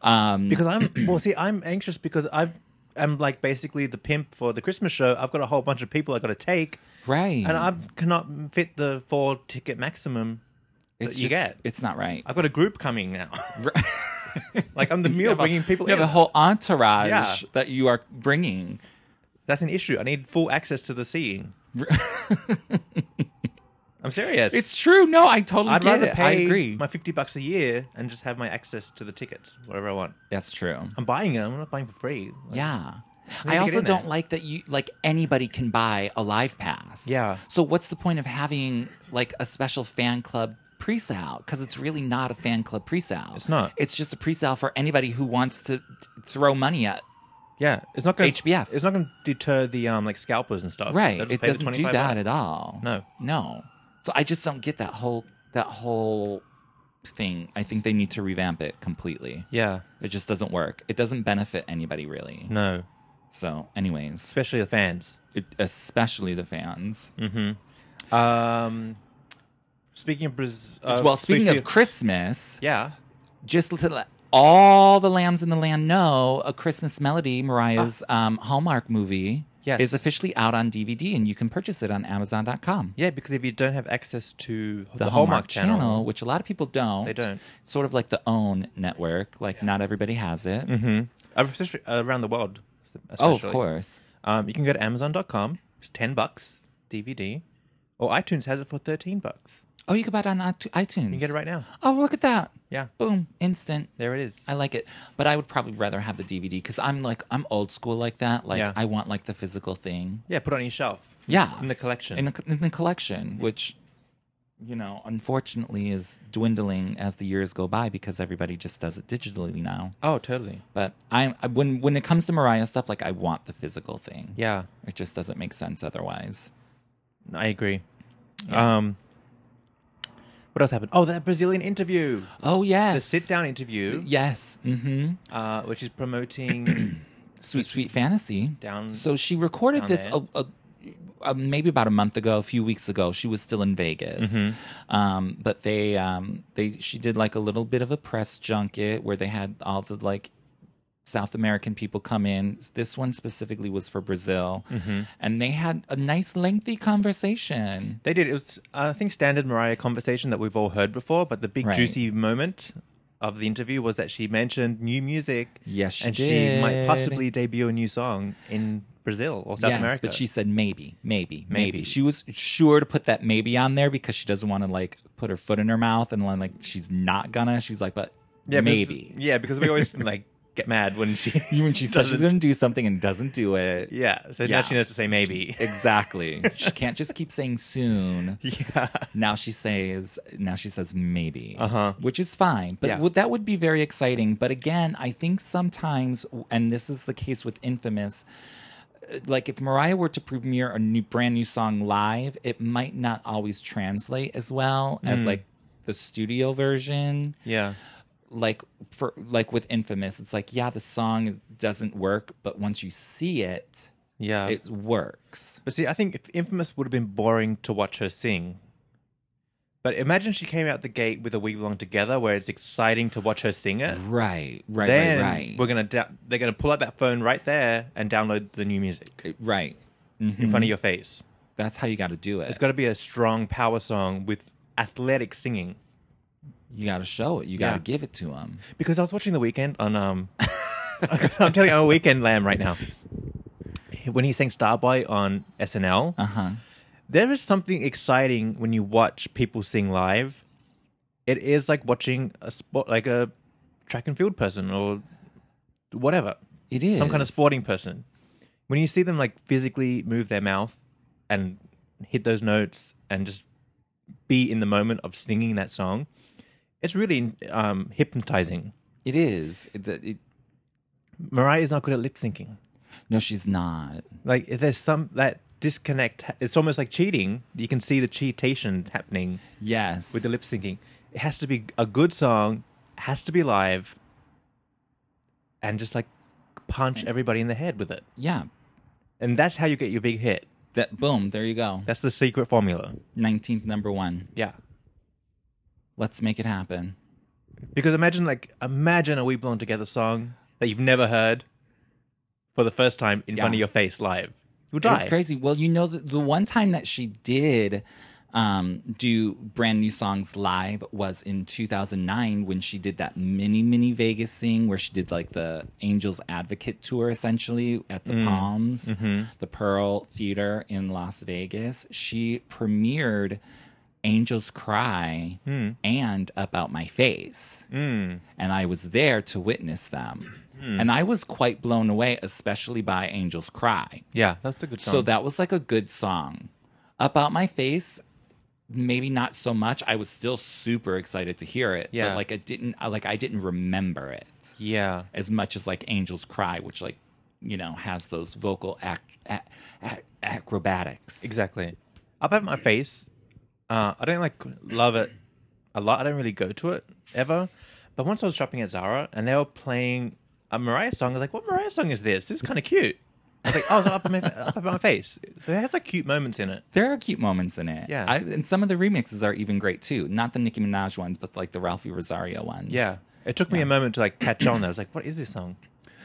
B: Um,
A: Because I'm well, see, I'm anxious because I've. I'm like basically the pimp for the Christmas show. I've got a whole bunch of people I got to take,
B: right,
A: and I cannot fit the four ticket maximum
B: it's
A: you get.
B: it's not right.
A: I've got a group coming now. like I'm the meal bringing people
B: you
A: in.
B: have a whole entourage
A: Yeah.
B: that you are bringing.
A: That's an issue. I need full access to the scene. I'm serious.
B: It's true. No, I totally
A: I'd
B: get
A: rather
B: it.
A: pay
B: I agree.
A: my 50 bucks a year and just have my access to the tickets, whatever I want.
B: That's true.
A: I'm buying them. I'm not buying for free. Like,
B: Yeah.
A: need to
B: I
A: get
B: also
A: in there.
B: don't like that you like anybody can buy a live pass.
A: Yeah.
B: So what's the point of having like a special fan club pre-sale? Because it's really not a fan club pre-sale.
A: It's not.
B: It's just a pre-sale for anybody who wants to t- throw money at.
A: Yeah, it's not going
B: HBF.
A: It's not going to deter the um like scalpers and stuff.
B: Right.
A: They'll just
B: It
A: pay the
B: doesn't do
A: 25
B: that
A: bucks.
B: at all.
A: No.
B: No. So I just don't get that whole that whole thing. I think they need to revamp it completely.
A: Yeah.
B: It just doesn't work. It doesn't benefit anybody really.
A: No.
B: So, anyways,
A: Especially the fans.
B: it, especially the fans.
A: Um. Speaking of Brazil.
B: well, speaking of Christmas,
A: Yeah.
B: just to let all the lambs in the land know, A Christmas Melody, Mariah's um, Hallmark movie,
A: Ah. Yes.
B: is officially out on DVD, and you can purchase it on Amazon.com.
A: Yeah, because if you don't have access to the,
B: The,
A: Hallmark,
B: Hallmark,
A: channel,
B: channel, which a lot of people don't.
A: They don't.
B: It's sort of like the OWN network. Like, not everybody has it.
A: uh, especially around the world.
B: Oh, of
A: especially.
B: course.
A: Um, you can go to Amazon.com. It's ten bucks DVD, or iTunes has it for thirteen bucks.
B: Oh, you can buy it on iTu- iTunes.
A: You can get it right now.
B: Oh, look at that.
A: Yeah,
B: Boom. Instant.
A: there it is.
B: I like it, but I would probably rather have the DVD because I'm like I'm old school like that. Like
A: Yeah.
B: I want like the physical thing.
A: Yeah, put it on your shelf.
B: Yeah.
A: in the collection.
B: in, the- in the collection, which you know, unfortunately, is dwindling as the years go by because everybody just does it digitally now.
A: oh, totally.
B: But I, I when when it comes to Mariah stuff, like I want the physical thing.
A: Yeah,
B: it just doesn't make sense otherwise.
A: I agree. Um, what else happened? Oh, that Brazilian interview,
B: Oh yes,
A: the sit-down interview,
B: Yes, mm-hmm.
A: uh, which is promoting.
B: Sweet Sweet Fantasy.
A: Down-
B: So she recorded
A: down
B: this
A: there.
B: a, a, a, maybe about a month ago, a few weeks ago. She was still in Vegas,
A: Mm-hmm.
B: um, but they um, they she did like a little bit of a press junket where they had all the like South American people come in. This one specifically was for Brazil.
A: Mm-hmm.
B: And they had a nice, lengthy conversation.
A: They did. It was, I think, standard Mariah conversation that we've all heard before. But the big
B: Right.
A: juicy moment of the interview was that she mentioned new music.
B: Yes, she
A: and she might
B: did.
A: possibly debut a new song in Brazil or South
B: yes,
A: America.
B: but she said maybe, maybe, maybe,
A: Maybe.
B: She was sure to put that maybe on there because she doesn't want to like put her foot in her mouth and then like she's not gonna. She's like, but
A: yeah, because-
B: maybe.
A: yeah, because we always like get mad when she
B: When she says she's
A: doesn't-
B: gonna do something and doesn't do it.
A: Yeah, so
B: Yeah.
A: now she knows to say maybe.
B: Exactly. she can't just keep saying soon.
A: yeah.
B: Now she says now she says maybe.
A: Uh-huh.
B: Which is fine. But
A: Yeah.
B: would- that would be very exciting. But again, I think sometimes and this is the case with Infamous uh, like if Mariah were to premiere a new brand new song live, it might not always translate as well
A: Hmm.
B: as like the studio version
A: Yeah.
B: like for like with infamous it's like yeah the song is, doesn't work but once you see it
A: Yeah.
B: it works
A: But see, I think if Infamous would have been boring to watch her sing. But imagine she came out the gate with a week long together, where it's exciting to watch her sing it.
B: right right
A: then
B: right right
A: we're gonna da- they're gonna pull out that phone right there and download the new music
B: right Mm-hmm.
A: in front of your face.
B: that's how you got to do it
A: It's got to be a strong power song with athletic singing.
B: you got to show it you got to
A: Yeah.
B: give it to them
A: Because I was watching the weekend on um, I'm telling you, I'm a weekend lamb right now. When he sang Starboy on SNL,
B: uh-huh
A: there is something exciting when you watch people sing live. It is like watching a sport, like a track and field person or whatever,
B: it is
A: some kind of sporting person. When you see them like physically move their mouth and hit those notes and just be in the moment of singing that song, it's really um, hypnotizing.
B: it is It- it- it-
A: Mariah is not good at lip syncing.
B: no she's not
A: Like there's some that disconnect. It's almost like cheating. You can see the cheatation happening.
B: yes
A: with the lip syncing. It has to be a good song, has to be live, and just like punch everybody in the head with it.
B: yeah
A: And that's how you get your big hit.
B: that boom there you go
A: That's the secret formula.
B: 19th number one
A: Yeah.
B: let's make it happen
A: Because imagine like imagine a We Belong Together song that you've never heard for the first time in front of
B: Yeah.
A: your face live. You'll die.
B: That's crazy. Well, you know, the, the one time that she did um, do brand new songs live was in 2009 when she did that mini, mini Vegas thing where she did like the Angels Advocate tour essentially at the Palms, the Pearl Theater in Las Vegas. She premiered Angels Cry and About My Face and I was there to witness them. And I was quite blown away, especially by Angels Cry.
A: Yeah, that's a good song.
B: So that was like a good song. About My Face, maybe not so much. I was still super excited to hear it.
A: Yeah.
B: But like I didn't I- like I didn't remember it
A: yeah.
B: as much as like Angels Cry, which like, you know, has those vocal ac- ac- ac- acrobatics.
A: Exactly. Up at my face. Uh, I don't like love it a lot. I don't really go to it ever. But once I was shopping at Zara and they were playing a Mariah song, I was like, "What Mariah song is this? This is kind of cute." I was like, "Oh, it's up at my up at my face." So they have like cute moments in it.
B: There are cute moments in it.
A: Yeah.
B: I, and some of the remixes are even great too. Not the Nicki Minaj ones, but like the Ralphie Rosario ones.
A: Yeah. It took me a moment to like catch on. I was like, "What is this song?"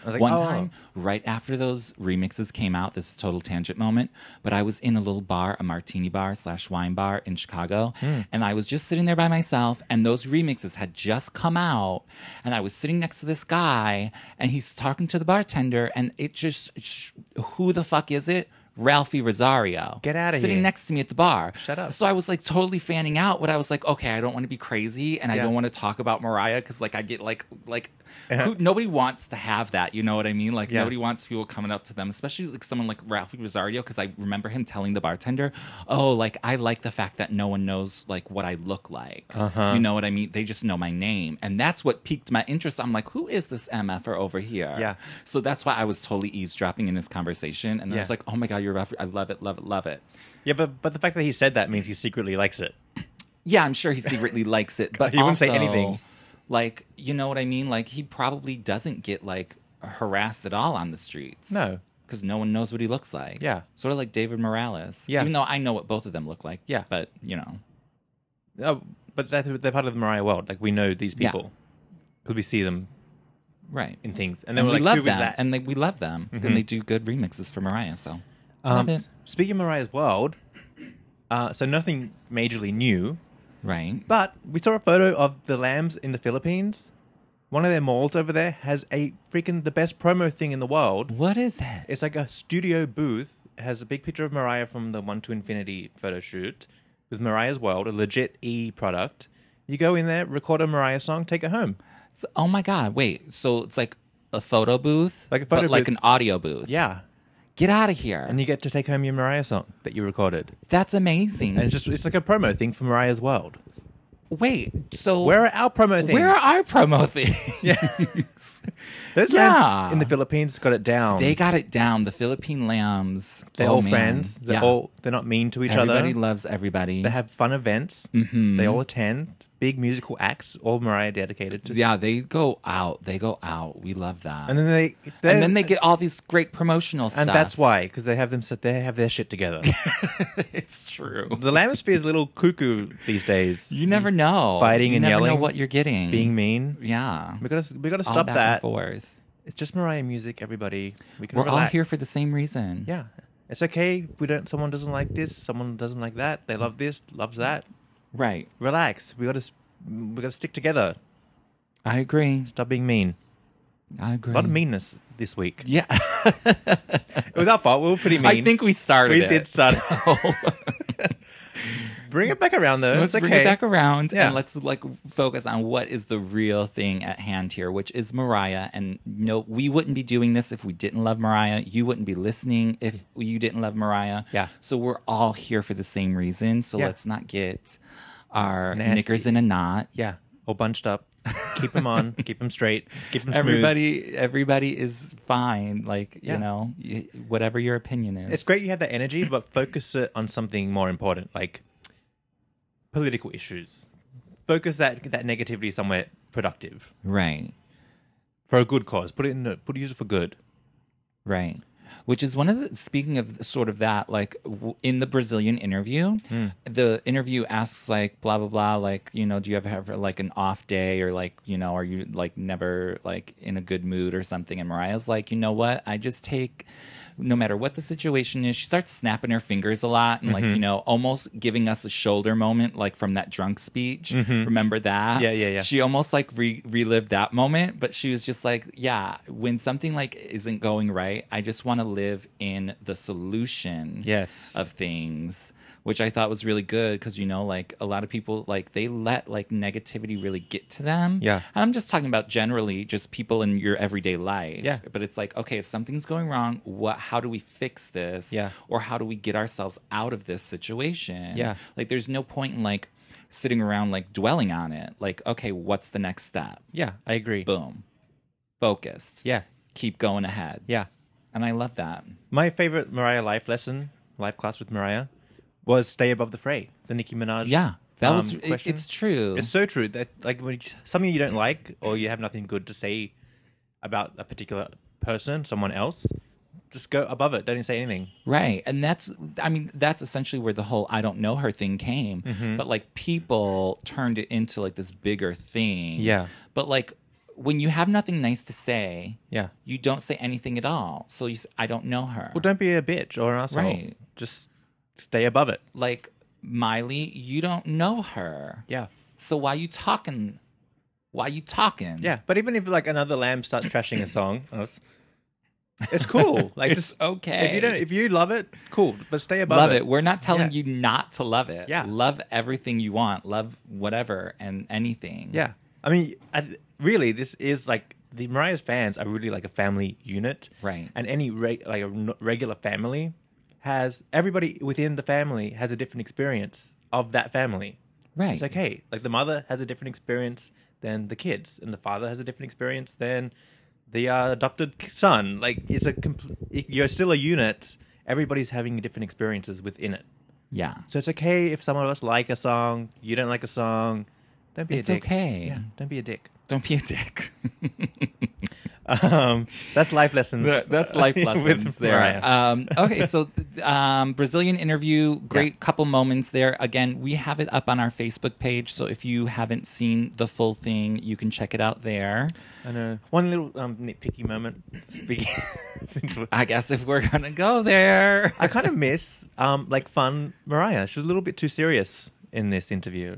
A: I was like,
B: One
A: "Oh."
B: time, right after those remixes came out, this is a total tangent moment, but I was in a little bar, a martini bar slash wine bar in Chicago,
A: Hmm.
B: and I was just sitting there by myself, and those remixes had just come out, and I was sitting next to this guy, and he's talking to the bartender, and it just, sh- who the fuck is it? Ralphie Rosario.
A: Get outta
B: Sitting
A: here.
B: next to me at the bar.
A: Shut up.
B: So I was like totally fanning out, but I was like, okay, I don't want to be crazy, and I
A: Yeah.
B: don't want to talk about Mariah because like I get like like who, nobody wants to have that. You know what I mean? Like
A: Yeah.
B: nobody wants people coming up to them, especially like someone like Ralphie Rosario. Because I remember him telling the bartender, "Oh, like I like the fact that no one knows like what I look like.
A: Uh-huh.
B: You know what I mean? They just know my name, and that's what piqued my interest. I'm like, who is this mf'er over here?
A: Yeah.
B: So that's why I was totally eavesdropping in this conversation, and I was
A: Yeah.
B: like, oh my god, you're Ralphie. I love it, love it, love it.
A: Yeah, but but the fact that he said that means he secretly likes it.
B: Yeah, I'm sure he secretly likes it, but
A: He wouldn't say
B: also,
A: anything.
B: Like, you know what I mean? Like, he probably doesn't get like harassed at all on the streets.
A: No.
B: because no one knows what he looks like.
A: Yeah.
B: sort of like David Morales.
A: Yeah.
B: even though I know what both of them look like.
A: Yeah.
B: but you know,
A: Oh, but that's, they're part of the Mariah world. Like we know these
B: Yeah.
A: people because we see them
B: right.
A: in things. And
B: And
A: then
B: we
A: we're like,
B: love
A: who was
B: them,
A: that? Mm-hmm.
B: and they, we love them. And they do good remixes for Mariah. So,
A: um,
B: love it.
A: speaking of Mariah's world, uh, so nothing majorly new,
B: right?
A: but we saw a photo of the lambs in the Philippines. One of their malls over there has a freaking the best promo thing in the world.
B: What is it?
A: It's like a studio booth. It has a big picture of Mariah from the One to Infinity photo shoot with Mariah's World, a legit E product. You go in there, record a Mariah song, take it home.
B: It's- oh my god! Wait, so it's like a photo booth,
A: Like a photo
B: but like
A: booth.
B: an audio booth.
A: Yeah.
B: Get out of here!
A: And you get to take home your Mariah song that you recorded.
B: That's amazing.
A: And it's just it's like a promo thing for Mariah's World.
B: Wait, so
A: Where are our promo things?
B: where are our promo things?
A: Those
B: Yeah.
A: lambs in the Philippines got it down.
B: they got it down. The Philippine lambs.
A: they're
B: Oh,
A: all
B: man.
A: friends. They're
B: yeah.
A: all they're not mean to each
B: everybody Mm-hmm.
A: other.
B: loves everybody.
A: they have fun events. They all attend big musical acts. All Mariah dedicated to.
B: yeah, they go out. They go out. We love that.
A: And then they,
B: And then they get all these great promotional stuff.
A: and that's why because they have them set they have their shit together.
B: it's true.
A: the Lamisphere is a little cuckoo these days,
B: You never know.
A: Fighting
B: you
A: and
B: never know
A: yelling,
B: what you're getting.
A: being mean.
B: yeah.
A: We gotta we gotta
B: All
A: stop
B: back And
A: that.
B: forth.
A: It's just Mariah music, everybody. We can
B: We're all
A: relax.
B: here for the same reason.
A: Yeah, it's okay. if We don't. Someone doesn't like this. Someone doesn't like that. They love this. Loves that.
B: Right.
A: Relax. We gotta s- we gotta stick together.
B: I agree.
A: Stop being mean.
B: I agree.
A: A lot of meanness this week.
B: Mm. Yeah.
A: It was our fault. We were pretty mean.
B: I think we started.
A: We
B: it,
A: did start-
B: so-
A: bring it back around though.
B: let's
A: it's okay.
B: bring it back around
A: Yeah.
B: and let's like focus on what is the real thing at hand here, which is Mariah. And no, we wouldn't be doing this if we didn't love Mariah. You wouldn't be listening if you didn't love Mariah.
A: Yeah.
B: So we're all here for the same reason. So
A: Yeah.
B: let's not get our
A: Nasty.
B: knickers in a knot.
A: Yeah, all bunched up. Keep them on. keep them straight. Keep them smooth.
B: Everybody, everybody is fine. Like
A: Yeah.
B: you know, y- whatever your opinion is,
A: It's great you have that energy, but focus it on something more important, like political issues. Focus that that negativity somewhere productive
B: right?
A: for a good cause. Put it in. The, put use it for good.
B: Right. Which is one of the, speaking of sort of that, like w- in the Brazilian interview,
A: Hmm.
B: the interview asks, like, blah, blah, blah, like, you know, do you ever have like an off day or like, you know, are you like never like in a good mood or something? And Mariah's like, you know what? I just take, no matter what the situation is, she starts snapping her fingers a lot and
A: Mm-hmm.
B: like, you know, almost giving us a shoulder moment, like from that drunk speech. Remember that?
A: Mm-hmm. Yeah, yeah, yeah.
B: She almost like re- relived that moment, but she was just like, yeah, when something like isn't going right, I just want to live in the solution
A: Yes.
B: of things, which I thought was really good because you know, like a lot of people like they let like negativity really get to them.
A: Yeah.
B: And I'm just talking about generally just people in your everyday life.
A: Yeah.
B: But it's like, okay, if something's going wrong, what how do we fix this?
A: Yeah.
B: Or how do we get ourselves out of this situation?
A: Yeah.
B: Like there's no point in like sitting around like dwelling on it. Like, okay, what's the next step?
A: Yeah, I agree.
B: Boom. Focused.
A: yeah,
B: Keep going ahead.
A: yeah.
B: And I love that.
A: My favorite Mariah life lesson, life class with Mariah, was "Stay Above the Fray." The Nicki Minaj.
B: Yeah. That
A: um,
B: was it,
A: question.
B: it's true.
A: It's so true that like when you, something you don't like or you have nothing good to say about a particular person, someone else, just go above it. Don't even say anything.
B: Right. And that's, I mean, that's essentially where the whole I don't know her thing came.
A: Mm-hmm.
B: But like people turned it into like this bigger thing.
A: Yeah.
B: But like when you have nothing nice to say,
A: Yeah.
B: you don't say anything at all. So you, s- I don't know her.
A: Well, don't be a bitch or an asshole.
B: Right.
A: Just stay above it.
B: like Miley, you don't know her.
A: Yeah.
B: So why you talking? Why you talking?
A: Yeah. But even if like another lamb starts trashing a song, it's, it's cool. Like just
B: okay.
A: If you don't, if you love it, cool. But stay above
B: love
A: it.
B: it. We're not telling
A: Yeah.
B: you not to love it.
A: Yeah.
B: Love everything you want. Love whatever and anything.
A: Yeah, I mean, I, th- really, this is like the Mariah's fans are really like a family unit,
B: Right.
A: And any re- like a n- regular family has everybody within the family has a different experience of that family.
B: Right.
A: It's like hey, like the mother has a different experience than the kids, and the father has a different experience than the uh, adopted k- son. Like it's a compl- if you're still a unit. Everybody's having different experiences within it.
B: yeah.
A: So it's okay if some of us like a song, you don't like a song. Don't be
B: It's
A: a dick.
B: okay.
A: Yeah, don't be a dick.
B: Don't be a dick.
A: Um, that's life lessons.
B: Th- That's life
A: with
B: lessons
A: Mariah.
B: there. Um, okay, so um, Brazilian interview, great couple moments there. Again, we have it up on our Facebook page, so if you haven't seen the full thing, you can check it out there.
A: I know. One little um, nitpicky moment. Speaking, since we're-
B: I guess if we're gonna go there,
A: I kind of miss um, like fun Mariah. She's a little bit too serious in this interview,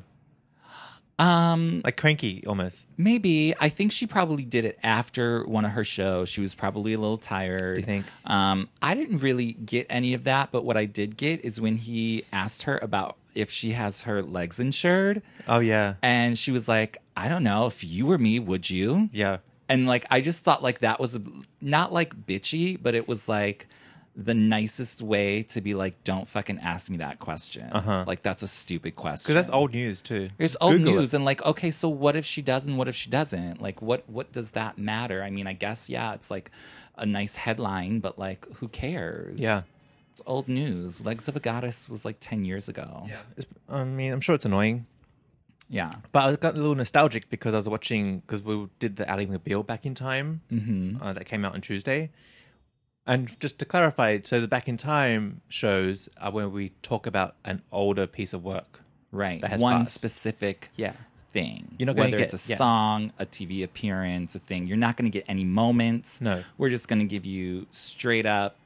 B: um,
A: like cranky almost.
B: maybe I think she probably did it after one of her shows. She was probably a little tired.
A: Do you think?
B: Um, I didn't really get any of that, but what I did get is when he asked her about if she has her legs insured.
A: Oh yeah,
B: and she was like i don't know if you were me would you
A: yeah.
B: and like i just thought like that was a, not like bitchy but it was like the nicest way to be like don't fucking ask me that question
A: Uh-huh.
B: like that's a stupid question
A: Because that's old news too.
B: it's old
A: Google it.
B: news and like okay so what if she does and what if she doesn't like what what does that matter i mean i guess yeah it's like a nice headline but like who cares
A: Yeah.
B: it's old news legs of a goddess was like 10 years ago
A: Yeah. It's, I mean, I'm sure it's annoying,
B: yeah
A: but I got a little nostalgic because I was watching because we did the Ali McBeal back in time
B: mm-hmm.
A: uh, that came out on Tuesday. And just to clarify, so the Back in Time shows are where we talk about an older piece of work.
B: right
A: that has
B: one
A: passed.
B: specific
A: Yeah.
B: thing.
A: You're not gonna
B: whether
A: get-
B: it's a
A: yeah.
B: song, a TV appearance, a thing. You're not going to get any moments.
A: No.
B: we're just going to give you straight up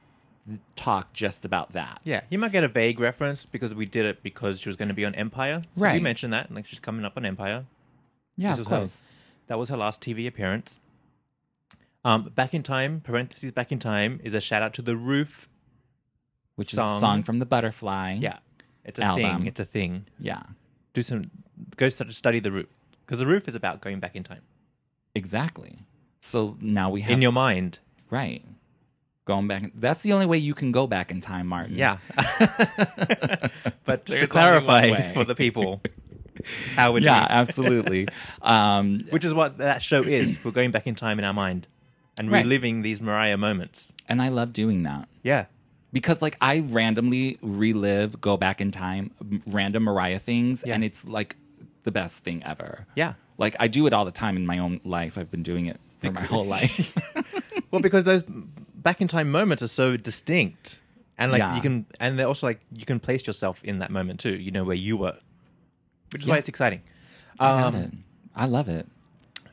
B: talk just about that.
A: Yeah. You might get a vague reference because we did it because she was going to be on Empire. So We
B: Right.
A: mentioned that. Like she's coming up on Empire.
B: yeah
A: This was her- that was her last TV appearance. Um, Back in Time, parentheses, Back in Time is a shout out to The Roof.
B: Which is
A: Song.
B: a song from The Butterfly.
A: Yeah. It's a
B: Mm-hmm. Album.
A: thing. It's a thing.
B: yeah,
A: Do some, go stu- study The Roof. Because The Roof is about going back in time.
B: exactly. So now we have
A: In your mind.
B: right going back. That's the only way you can go back in time, Martin.
A: Yeah. but just to
B: There's only one
A: clarify
B: way.
A: for the people, how would
B: yeah,
A: you?
B: absolutely. um,
A: Which is what that show is. We're going back in time in our mind and
B: Right.
A: reliving these Mariah moments.
B: and I love doing that.
A: Yeah.
B: because like I randomly relive, go back in time, m- random Mariah things,
A: Yeah.
B: and it's like the best thing ever.
A: Yeah.
B: like I do it all the time in my own life. I've been doing it for my whole life.
A: Well, because those back in time moments are so distinct. And like
B: Yeah.
A: you can, and they're also like you can place yourself in that moment too. You know where you were, which is why
B: Yeah.
A: it's exciting.
B: I love
A: Um,
B: it. I love it.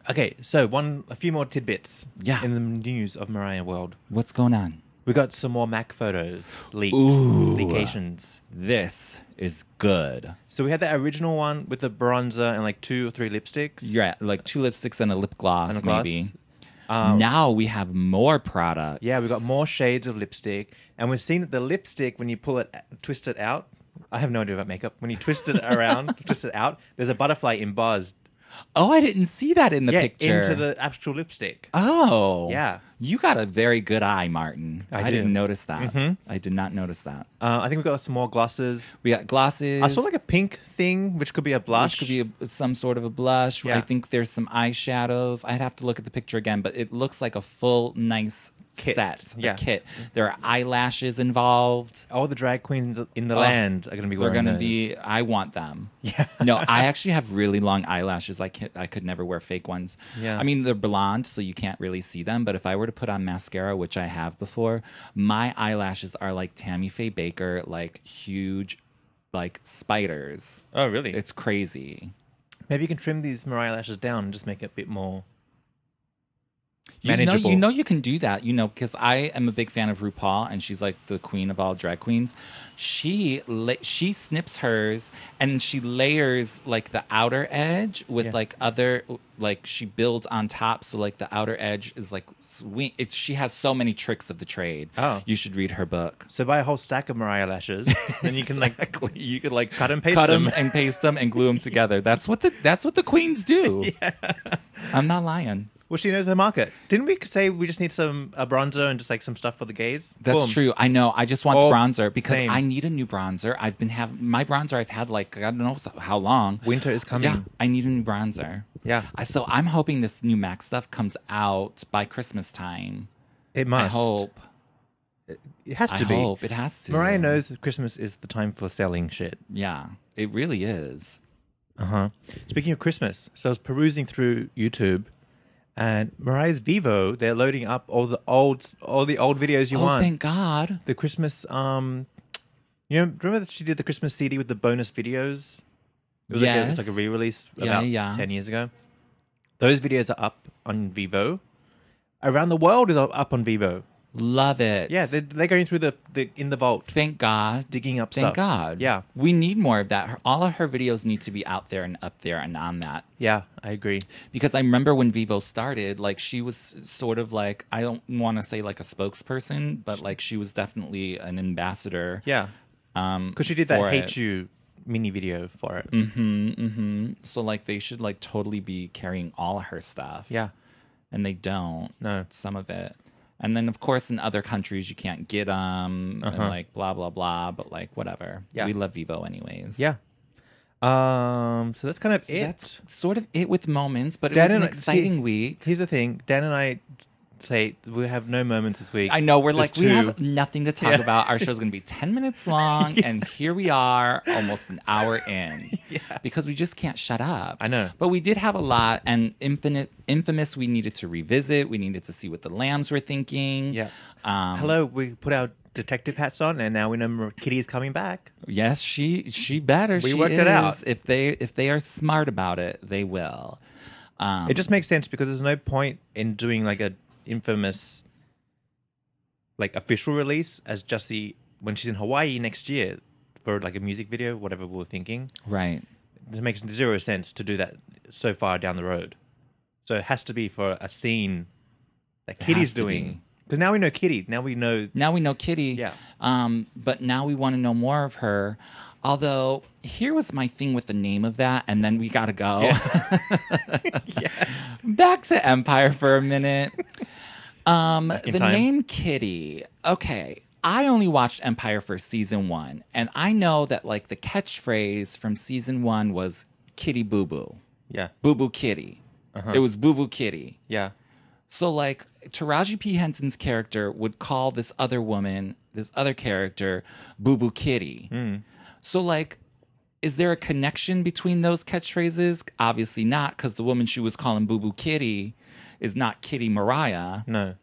A: okay, so one a few more tidbits.
B: Yeah.
A: In the news of Mariah World,
B: What's going on?
A: we got some more Mac photos leaked,
B: Ooh.
A: leakations.
B: This is good.
A: So we had that original one with the bronzer and like two or three lipsticks.
B: Yeah, like two lipsticks and a lip gloss,
A: And a gloss.
B: maybe.
A: Um,
B: now we have more products.
A: Yeah, we got more shades of lipstick, and we've seen that the lipstick when you pull it, twist it out. I have no idea about makeup. When you twist it around, twist it out, there's a butterfly embossed
B: Oh, I didn't see that in the
A: yeah,
B: picture.
A: into the actual lipstick.
B: Oh.
A: Yeah.
B: You got a very good eye, Martin.
A: I
B: I,
A: do. Mm-hmm.
B: didn't notice that. I did not notice that.
A: Uh, I think we got some more glosses.
B: We got glosses.
A: I saw like a pink thing, which could be a blush.
B: blush. Could be a, some sort of a blush.
A: Yeah.
B: I think there's some eyeshadows. I'd have to look at the picture again, but it looks like a full, nice
A: Kit.
B: set, a
A: Yeah.
B: kit. There are eyelashes involved.
A: all Oh, the drag queens in the, in the
B: Ugh.
A: land are going to be
B: They're
A: wearing
B: Oh, gonna
A: those.
B: be. I want them.
A: Yeah.
B: no, I actually have really long eyelashes. I can not I could never wear fake ones.
A: Yeah.
B: I mean they're blonde, so you can't really see them. But if I were to put on mascara, which I have before, my eyelashes are like Tammy Faye Baker, like huge, like spiders.
A: Oh, really?
B: It's crazy.
A: Maybe you can trim these Mariah lashes down and just make it a bit more.
B: You know,
A: Manageable.
B: you know, you can do that. You know, because I am a big fan of RuPaul, and she's like the queen of all drag queens. She la- she snips hers, and she layers like the outer edge with
A: Yeah.
B: like other like she builds on top. So like the outer edge is like swing. It's she has so many tricks of the trade.
A: Oh.
B: you should read her book.
A: So buy a whole stack of Mariah lashes, and you can like
B: Exactly. you could like
A: Cut and paste
B: cut 'em
A: them.
B: and paste them and glue them together. That's what the that's what the queens do. I'm not lying.
A: Well, she knows her market. Didn't we say we just need some a bronzer and just like some stuff for the gays?
B: That's
A: Boom.
B: true. I know. I just want
A: Oh,
B: the bronzer because
A: same.
B: I need a new bronzer. I've been have my bronzer. I've had like I don't know how long.
A: Winter is coming.
B: Yeah, I need a new bronzer.
A: Yeah.
B: I, so I'm hoping this new Mac stuff comes out by Christmas time.
A: It must.
B: I hope.
A: It has
B: I
A: to be.
B: hope it has to.
A: Mariah knows that Christmas is the time for selling shit.
B: Yeah, it really is.
A: Uh huh. Speaking of Christmas, so I was perusing through YouTube, And Mariah's Vivo, they're loading up all the old all the old videos you
B: oh,
A: want.
B: thank God.
A: the Christmas um you know, remember that she did the Christmas CD with the bonus videos? It was like a, it was
B: Yes.
A: like a re-release
B: Yeah,
A: about
B: yeah.
A: 10 years ago. Those videos are up on Vivo. Around the world is up on Vivo.
B: Love it.
A: Yeah, they're, they're going through the, the in the vault,
B: Thank God.
A: digging up
B: Thank
A: stuff.
B: God.
A: Yeah.
B: We need more of that. Her, all of her videos need to be out there and up there and on that.
A: Yeah, I agree.
B: Because I remember when Vivo started, like she was sort of like, I don't want to say like a spokesperson, but like she was definitely an ambassador.
A: Yeah,
B: Um,
A: because she did that
B: for
A: "Hate
B: it. Mm.
A: You" mini video for it.
B: So like they should like totally be carrying all her stuff.
A: Yeah,
B: and they don't.
A: No.
B: some of it. And then of course in other countries you can't get them and like blah blah blah. But like whatever.
A: Uh-huh. Yeah.
B: we love Vivo anyways.
A: yeah. Um, so that's kind of it.
B: That's sort of it with moments, but it
A: Dan
B: was an
A: and I-
B: exciting
A: see,
B: week.
A: Here's the thing: Dan and I say we have no moments this week.
B: I know we're
A: There's
B: like we
A: two.
B: have nothing to talk
A: Yeah.
B: about. Our show's gonna be ten minutes long, and here we are, almost an hour in, because we just can't shut up.
A: I know.
B: but we did have a lot, and infinite, infamous. We needed to revisit. We needed to see what the lambs were thinking.
A: Yeah.
B: Um,
A: Hello, we put our detective hats on, and now we know Kitty is coming back.
B: Yes, she she better.
A: We
B: she
A: worked it out.
B: is. If they if they are smart about it, they will. Um,
A: It just makes sense because there's no point in doing like a infamous, like official release as just the when she's in Hawaii next year for like a music video, whatever we were thinking.
B: right.
A: It makes zero sense to do that so far down the road. So it has to be for a scene that Kitty's
B: has to
A: doing.
B: be.
A: Because now we know Kitty. Now we know.
B: Now we know Kitty.
A: Yeah.
B: Um, but now we want to know more of her. Although here was my thing with the name of that, and then we gotta go. Back to Empire for a minute. Um,
A: in
B: the
A: time.
B: name Kitty. Okay. I only watched Empire for season one, and I know that like the catchphrase from season one was Kitty Boo Boo.
A: Yeah.
B: Boo Boo Kitty.
A: Uh-huh.
B: It was Boo Boo Kitty.
A: Yeah.
B: So like Taraji P Henson's character would call this other woman, this other character, Boo Boo Kitty.
A: Mm.
B: So like, is there a connection between those catchphrases? Obviously not, because the woman she was calling Boo Boo Kitty is not Kitty Mariah.
A: No.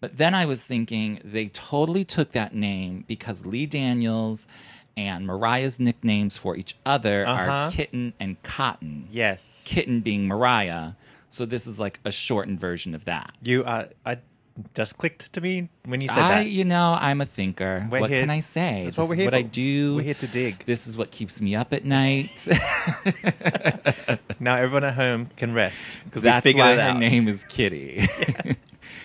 B: But then I was thinking they totally took that name because Lee Daniels and Mariah's nicknames for each other
A: Uh-huh.
B: are Kitten and Cotton.
A: Yes.
B: Kitten being Mariah. So this is like a shortened version of that.
A: You are. I just clicked to me when you said
B: I,
A: that.
B: you know, I'm a thinker.
A: We're
B: what
A: here-
B: can I say?
A: that's
B: this
A: what we're
B: is
A: here
B: what
A: for.
B: I do.
A: We're here to dig.
B: This is what keeps me up at night.
A: Now everyone at home can rest because we
B: That's
A: figured
B: why
A: it
B: her
A: out.
B: name is Kitty.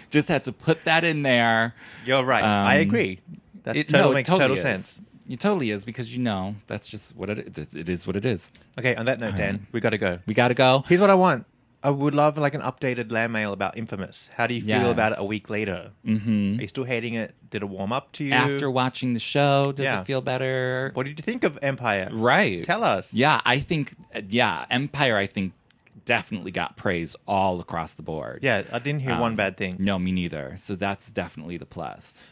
B: Just had to put that in there.
A: You're right. I
B: Um,
A: agree. That
B: It,
A: total
B: no, it
A: makes
B: totally
A: total
B: is.
A: sense.
B: It totally is because you know that's just what it is. It is what it is. Um,
A: Okay. On that note, Dan, we got to go.
B: We gotta go.
A: Here's what I want. I would love like an updated land mail about Infamous. How do you feel about it a
B: Yes.
A: week later? Mm-hmm. Are you still hating it? Did it warm up to you?
B: After watching the show, does
A: Yeah.
B: it feel better?
A: what did you think of Empire?
B: Right.
A: Tell us.
B: Yeah, I think. Yeah, Empire. I think definitely got praise all across the board.
A: Yeah, I didn't hear
B: Um,
A: one bad thing,
B: No, me neither. So that's definitely the plus.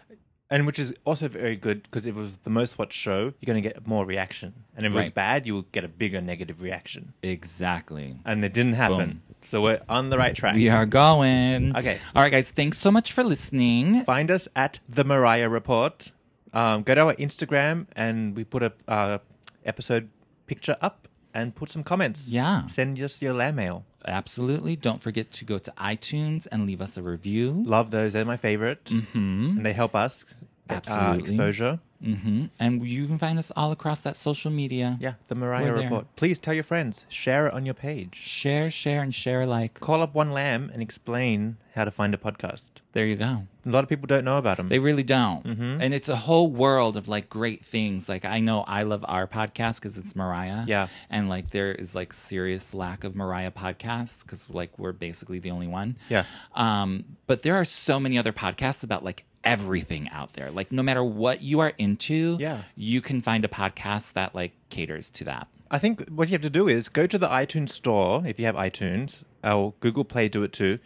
A: and which is also very good because if it was the most watched show, you're going to get more reaction, and if it was
B: Right.
A: bad, you will get a bigger negative reaction,
B: Exactly.
A: and it didn't happen. So we're on the right track.
B: We are going.
A: Okay.
B: All right, guys. Thanks so much for listening.
A: Find us at the Mariah Report. Um, go to our Instagram, and we put a uh, episode picture up and put some comments.
B: Yeah.
A: send us your land mail.
B: Absolutely. Don't forget to go to iTunes and leave us a review.
A: Love those; they're my favorite, mm-hmm. and they help us get, uh,
B: Absolutely.
A: exposure.
B: hmm And you can find us all across that social media.
A: Yeah, the Mariah
B: We're there.
A: Report. Please tell your friends. Share it on your page.
B: Share, share, and share alike.
A: Call up one lamb and explain how to find a podcast.
B: There you go.
A: A lot of people don't know about them.
B: They really don't.
A: Mm-hmm.
B: And it's a whole world of like great things. Like I know I love our podcast because it's Mariah.
A: Yeah.
B: And like there is like serious lack of Mariah podcasts because like we're basically the only one.
A: Yeah.
B: Um, but there are so many other podcasts about like everything out there. Like no matter what you are into,
A: Yeah.
B: you can find a podcast that like caters to that.
A: I think what you have to do is go to the iTunes store if you have iTunes or Google Play do it too.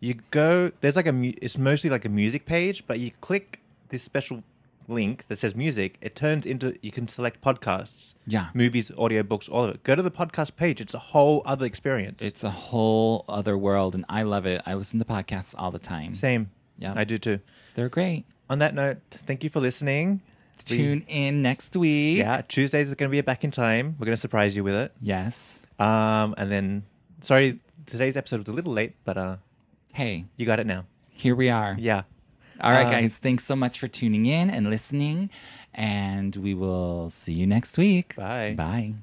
A: You go there's like a mu- it's mostly like a music page, but you click this special link that says music, it turns into you can select podcasts,
B: Yeah.
A: movies, audiobooks, all of it. Go to the podcast page; it's a whole other experience.
B: It's a whole other world, and I love it. I listen to podcasts all the time.
A: Same,
B: Yeah.
A: I do too.
B: They're great.
A: On that note, thank you for listening. We-
B: Tune in next week.
A: yeah, Tuesdays is going to be a back in time. We're going to surprise you with it.
B: Yes.
A: Um, and then, sorry, today's episode was a little late, but uh,
B: Hey,
A: you got it now.
B: here we are.
A: Yeah.
B: All right,
A: Uh,
B: guys. Thanks so much for tuning in and listening, and we will see you next week.
A: Bye.
B: Bye.